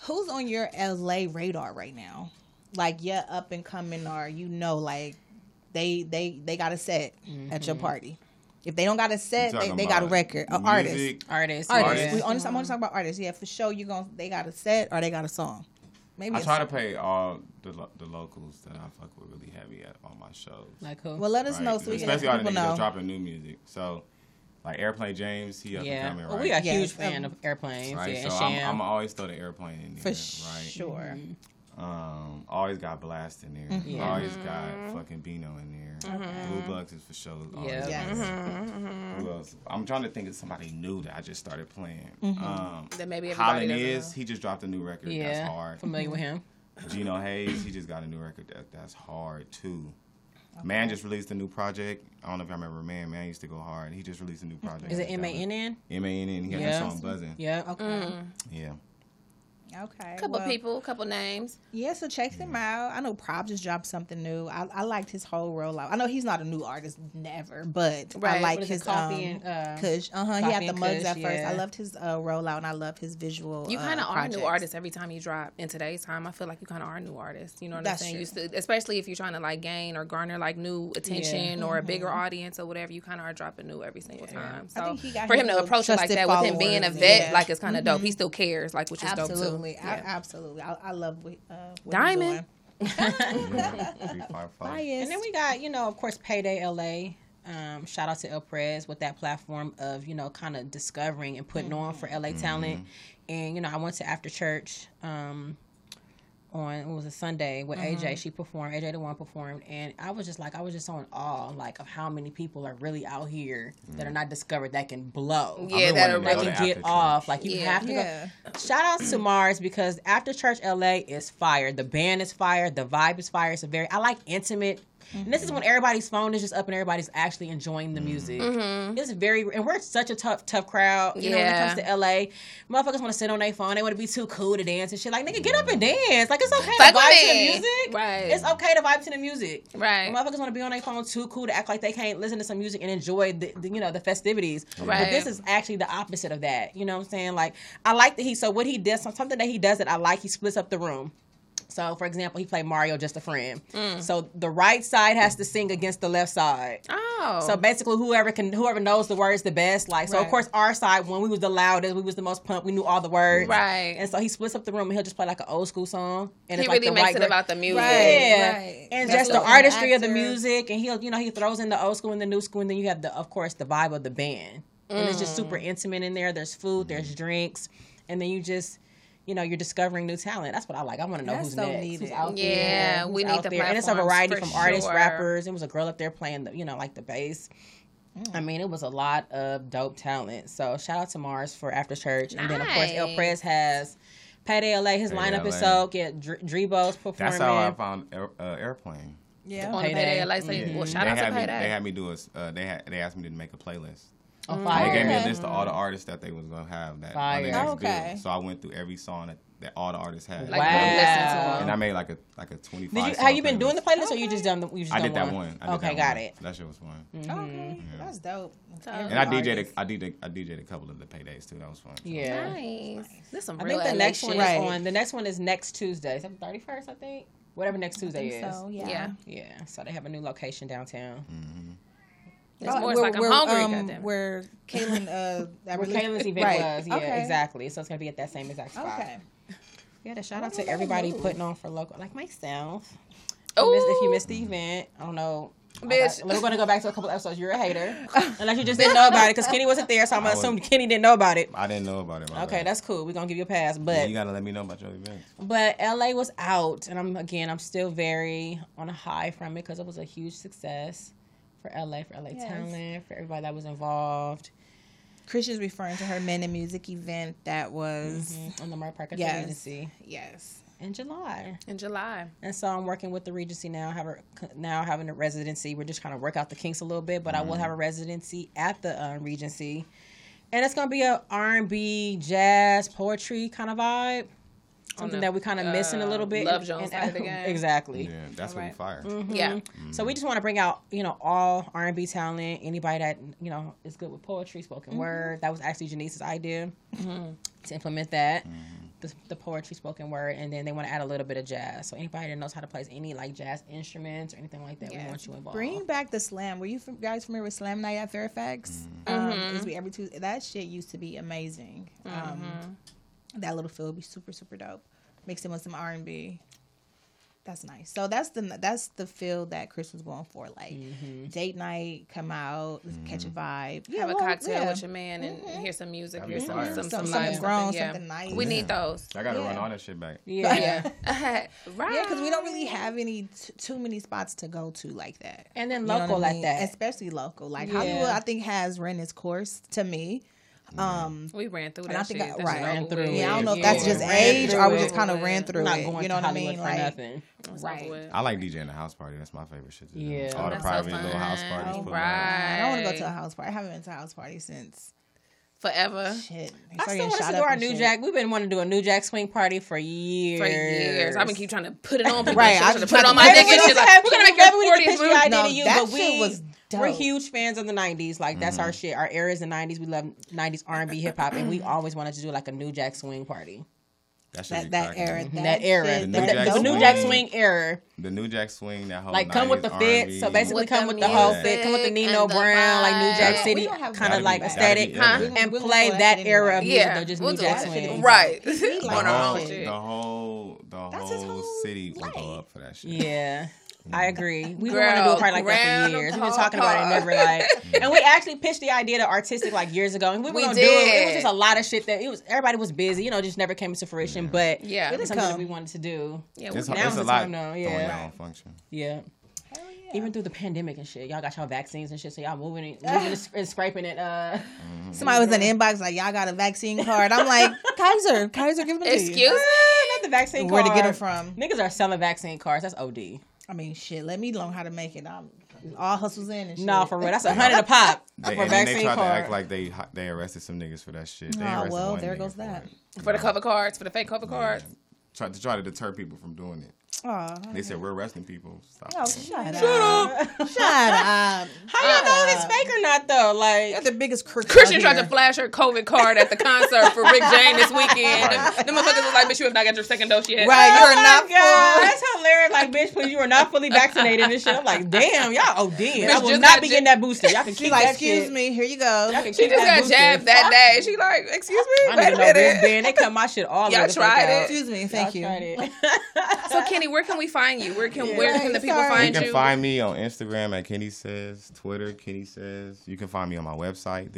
Who's on your LA radar right now? Like yeah, up and coming, or you know, like they they they got a set at your party. If they don't got a set, You they, talking they got a about record, an artist. music? Artists, Artists. yeah. We honest, I'm only talking about artists. Yeah, for sure. You gonna they got a set or they got a song. Maybe. I a try to song. pay all the lo- the locals that I fuck with really heavy at on my shows. Like who? Well, let us right? know so we can let Especially all the people niggas that's know. dropping new music. So, like Airplane James, he up yeah. and coming, Well, right? we are Yes, huge fan um, of airplanes. right? Yeah, so and I'm, Sham. I'm always throw the airplane in For there, right? sure. Um, always got Blast in there. Yeah. Always got Mm-hmm. fucking Beano in there. Blue Bucks is for sure. always Yeah. got Yes. it. Who else? Mm-hmm. I'm trying to think of somebody new that I just started playing. Mm-hmm. Um, That maybe everybody Holland doesn't is. know. He just dropped a new record. That's yeah, hard. familiar with him. Gino Hayes, he just got a new record. That, that's hard too. Man just released a new project. I don't know if y'all remember Man. Man used to go hard. He just released a new project. Is it M A N N? M A N N. He got Yeah. that song buzzing. Yeah. Yeah. Okay. Mm. Okay. A couple well- people, couple names. Yeah, so check him out. I know Prob just dropped something new. I, I liked his whole rollout. I know he's not a new artist, never, but I Right. like What is it, his coffee um, and, uh, Kush. Uh huh. He coffee had the and mugs Kush, at first. yeah. I loved his uh, rollout and I love his visual. You uh, kind of are new projects. artists every time you drop. In today's time, I feel like you kind of are new artists. You know what That's I'm saying? true. You still, especially if you're trying to like gain or garner like new attention or a bigger audience or whatever. You kind of are dropping new every single time. Mm-hmm. I So think he got for his him to little approach it like trusted that with him being a followers, vet, yeah. Mm-hmm. like it's kind of dope. He still cares, like which is Absolutely. dope too. I, absolutely. I, I love what, uh, what he's Diamond. Yeah. Three, five, five. doing. And then we got, you know, of course, Payday LA. Um, shout out to El Perez with that platform of, you know, kind of discovering and putting on for LA talent. And, you know, I went to After Church um, on, it was a Sunday with AJ. She performed, AJ the one performed. And I was just like, I was just so in awe, like, of how many people are really out here that are not discovered that can blow. Yeah, I've been that wanting to That go can Go to get After off. Church. Like, you Yeah. have to go. Yeah. Shout outs to Mars because After Church LA is fire. The band is fire. The vibe is fire. It's a very I like intimate And this is when everybody's phone is just up and everybody's actually enjoying the music. It's very, and we're such a tough, tough crowd. You Mm-hmm. Yeah. know, when it comes to LA, motherfuckers want to sit on their phone. They want to be too cool to dance and shit. Like, nigga, get up and dance. Like, it's okay Fuck to with vibe to the me. music. Right. It's okay to vibe to the music. Right. Motherfuckers want to be on their phone too cool to act like they can't listen to some music and enjoy the, the you know the festivities. Right. But this is actually the opposite of that. You know what I'm saying? Like, I like that he. So what he does, something that he does that I like, he splits up the room. So, for example, he played Mario Just a Friend. Mm. So the right side has to sing against the left side. Oh. So basically, whoever can, whoever knows the words the best, like so. Of Right. course, our side when we was the loudest, we was the most pumped. We knew all the words, Right. And so he splits up the room and he'll just play like an old school song. And he it's like really the makes white it girl- about the music. yeah, Right. and That's just the looking artistry of the actor. music, and he'll you know he throws in the old school and the new school, and then you have the of course the vibe of the band, and it's just Mm. super intimate in there. There's food, there's Mm-hmm. drinks, and then you just you know you're discovering new talent. That's what I like. I want to know That's who's so next, needed. who's out there, Yeah, who's we need out the there, and it's a platforms variety for from artists, sure. rappers. There was a girl up there playing the you know like the bass. I Mm. mean, it was a lot of dope talent. So shout out to Mars for After Church, and then of course El Nice. Prez has. Patty LA, his Payday lineup is LA. so yeah. Dr- Drebo's performing. That's how I found Air, uh, Airplane. Yeah. On the Payday. payday, like so you- well, shout they out to had me. They payday. had me do a. s- Uh, they had. They asked me to make a playlist. Oh, They gave me a Okay. list of all the artists that they was gonna have that on Fire. the next Okay. bill. So I went through every song that, that all the artists had. Like, Wow. listen to And them. I made like a like a twenty five. Did you have you been doing the playlist or you just done the you just I done did that one. I did okay, that got one. it. Mm-hmm. That shit was fun. Okay. Mm-hmm. That's dope. And I DJ'd. A, I DJ'd. I DJ'd a couple of the paydays too. That was fun. Yeah. Nice. This some I real think the LA next shit. one Right. is on the next one is next Tuesday. Is it thirty first, I think? Whatever next Tuesday is. So Yeah. yeah. Yeah. So they have a new location downtown. Mm-hmm. It's Oh, more it's where- like I'm where, hungry. um, goddamn. it. where Kaylin, uh, that Where really- Kayla's event Right. was. Yeah, Okay. exactly. So it's gonna be at that same exact spot. Okay. Yeah, shout out to everybody putting on for local like myself. Ooh. You missed- if you missed the event, I don't know. I Bitch. got- we're going to go back to a couple episodes. You're a hater. Unless you just didn't know about it because Kenny wasn't there. So I'm going I to assume was- Kenny didn't know about it. I didn't know about it. my Okay, bad. that's cool. We're going to give you a pass. But Yeah, you gotta let me know about your events. But LA was out, and I'm again, I'm still very on a high from it because it was a huge success for LA, for LA talent, for everybody that was involved Christian's referring to her Men in Music event that was on the Murray Parker Yes. Regency yes. in July. in July. And so I'm working with the Regency now. Have a, now having a residency. We're just trying to work out the kinks a little bit, but Mm-hmm. I will have a residency at the um, Regency, and it's gonna be a R&B, jazz, poetry kind of vibe. Something a, that we're kind of missing a little uh, bit. Love in- Jones in- side of the game. Exactly. Yeah, that's what we fire. Mm-hmm. Yeah. Mm-hmm. So we just want to bring out, you know, all R and B talent, anybody that you know is good with poetry, spoken Mm-hmm. word. That was actually Janice's idea to implement that, Mm-hmm. the, the poetry, spoken word, and then they want to add a little bit of jazz. So anybody that knows how to play any like jazz instruments or anything like that, we Yes. want you involved. Bring back the slam. Were you fam- guys familiar with Slam Night at Fairfax? Mm-hmm. Um, used to be every Tuesday. That shit used to be amazing. Um, that little feel would be super super dope. Mix in with some R and B. That's nice. So that's the that's the feel that Chris was going for. Like Mm-hmm. date night, come out, catch a vibe, Have a well, cocktail yeah. with your man and Mm-hmm. hear some music, That'd hear be some fire. some, some, Something live grown, yeah. something nice. We Yeah. need those. I gotta run Yeah. all that shit back. Yeah. right. Yeah, because we don't really have any t- too many spots to go to like that. And then You know what local I like mean? that. especially local. Like Yeah. Hollywood, I think has ran its course to me. Mm. Um, We ran through I that think shit. I- That right. shit Ran over through with. it. yeah, I don't know if Yeah. that's just Ran age through or we it. just kind of ran through Not it. going You know to what I Hollywood mean? for Like, nothing. It was Right. over with. I like DJing the house party. That's my favorite shit. To do. Yeah. all the That's so private little house fun. parties. Oh, put on. right. I don't want to go to a house party. I haven't been to a house party since Forever. shit. They started I still getting want us shot to do up our and new shit. jack. We've been wanting to do a new jack swing party for years. For years. I've been keep trying to put it on people. Right, right. I I've been just put it tried on to- my Maybe dick we and shit. just Like, we're going to make maybe we every just 40th pitch the idea move. No, to you, that but shit we was we're dope. huge fans of the '90s. Like that's our shit. Our era is the '90s. We love '90s R&B, hip hop, and we always wanted to do like a new jack swing party. That, shit That, be that cracking. Mm-hmm. era, that era, shit, the, New that Jack the dope new Swing. jack swing era. Oh, The new jack swing. That whole Like come with the 90s fit. So R&B. basically, With come the with the whole fit, music come with the and Nino the Brown, like New Jack vibe. City We don't have kind that. of like That'd be- that'd be aesthetic, ill, Huh? man. and We'll play look that for that era of anyway. music. Yeah. though, just We'll New do Jack that shit. swing. Right. We like on the our that whole, own shit. shit. the whole, the That's his whole, whole city will life. go up for that shit. Yeah. I agree. We've been Girl, wanting to do a party like that round for years. the We've been talking about it, park. never like. And we actually pitched the idea to artistic like years ago, and we were We gonna do it. It did. was just a lot of shit that it was. Everybody was busy, you know, just never came to fruition. But Yeah. it It'll was something that come. we wanted to do. Yeah, we It's, can- Now it's is a the lot time though, going yeah. down function. Yeah. Hell yeah. Even through the pandemic and shit, y'all got y'all vaccines and shit, so y'all moving it, moving and, and scraping it. Uh, Somebody was in Mm-hmm. the inbox like, "Y'all got a vaccine card?" I'm like, "Kaiser, Kaiser, give them to you." Excuse me? not the vaccine Where to get card. them from? Niggas are selling vaccine cards. That's OD. I mean, shit. Let me learn how to make it. I'm all hustles in and shit. No, for real. That's a hundred a pop They, for and then vaccine they tried to card. act like they they arrested some niggas for that shit. They Ah, arrested well, one there nigga goes for that. it. for the cover cards, for the fake cover cards. Try to try to deter people from doing it. Aw. They said we're arresting people. Stop. Oh, shut, up. Uh. Shut up. How y'all know if it's fake or not though? Like You're the biggest crook. Christian out tried here. to flash her COVID card at the concert for Rick Jane this weekend. The motherfuckers was like, "Bitch, you have not got your second dose yet." Right, Oh you're my not God, full. That's hilarious. Like, bitch, please, you are not fully vaccinated and shit. I'm like, damn, y'all OD. I Bitch, will just not got be ju- getting that booster. Y'all can She keep like, that excuse shit. me, here you go. Y'all can She keep just that got booster. jabbed that day. She like, "Excuse me, I wait a need no minute." wristband. They cut my shit all the Y'all fuck tried out. it? Excuse me, thank Tried you. it. So Kenny, where can we find you? Where can where can the people sorry. You find can you? find me on Instagram at Kenny Says, Twitter, Kenny Says. You can find me on my website,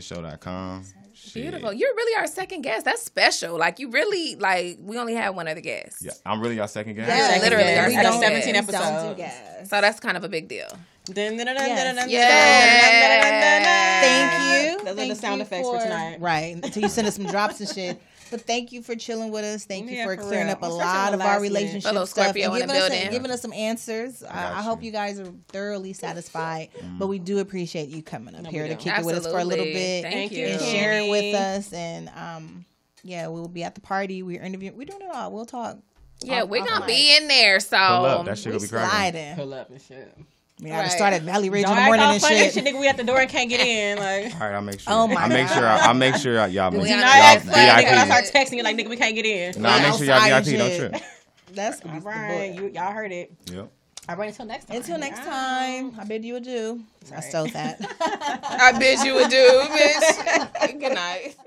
thekennysaysshow.com. Shit. Beautiful. You're really our second guest. That's special. Like you really like we only had one other guest. Yeah, I'm really y'all second guy. Yeah, Second literally, guess. our we Out of don't- 17 we don't episodes. do gas. So that's kind of a big deal. Dun, dun, dun, dun, Yes. dun, dun, Yes. dun, Thank dun, dun, dun. you. Those are Thank the sound you effects for tonight. Right. Until you send us some drops and shit. But thank you for chilling with us. Thank you Yeah, for for clearing real. up a I'm such a lot of our relaxed relationship Hello, stuff Scorpio and in the giving us, building. giving us some answers. I, I got hope you. you guys are thoroughly satisfied. But we do appreciate you coming up Mm. No, we here to do. kick it with us for a little Absolutely. bit Thank you. and Thank sharing with Kenny. us. And um, yeah, we will be at the party. We're interviewing. We're doing it all. We'll talk. Yeah, Off- we're off gonna mic. be in there. So Pull up. That shit We gonna be cracking. sliding. Pull up and shit. We gotta Right. start at Valley Ridge Don't in the act morning all and funny shit. and shit. Nigga, we at the door and can't get in. Like, All right, I'll make sure. Oh my I'll make sure. I'll make sure y'all. Do make we sure not you y'all know, I act funny. Y'all Nigga, I VIP. start texting you like, nigga, we can't get in. No, I'll make sure y'all Outside VIP. Don't shit. trip. That's All right, you, y'all heard it. Yep. All right, until next time. Until next Y'all- time, I bid you adieu. I stole that. I bid you adieu, bitch. Good night.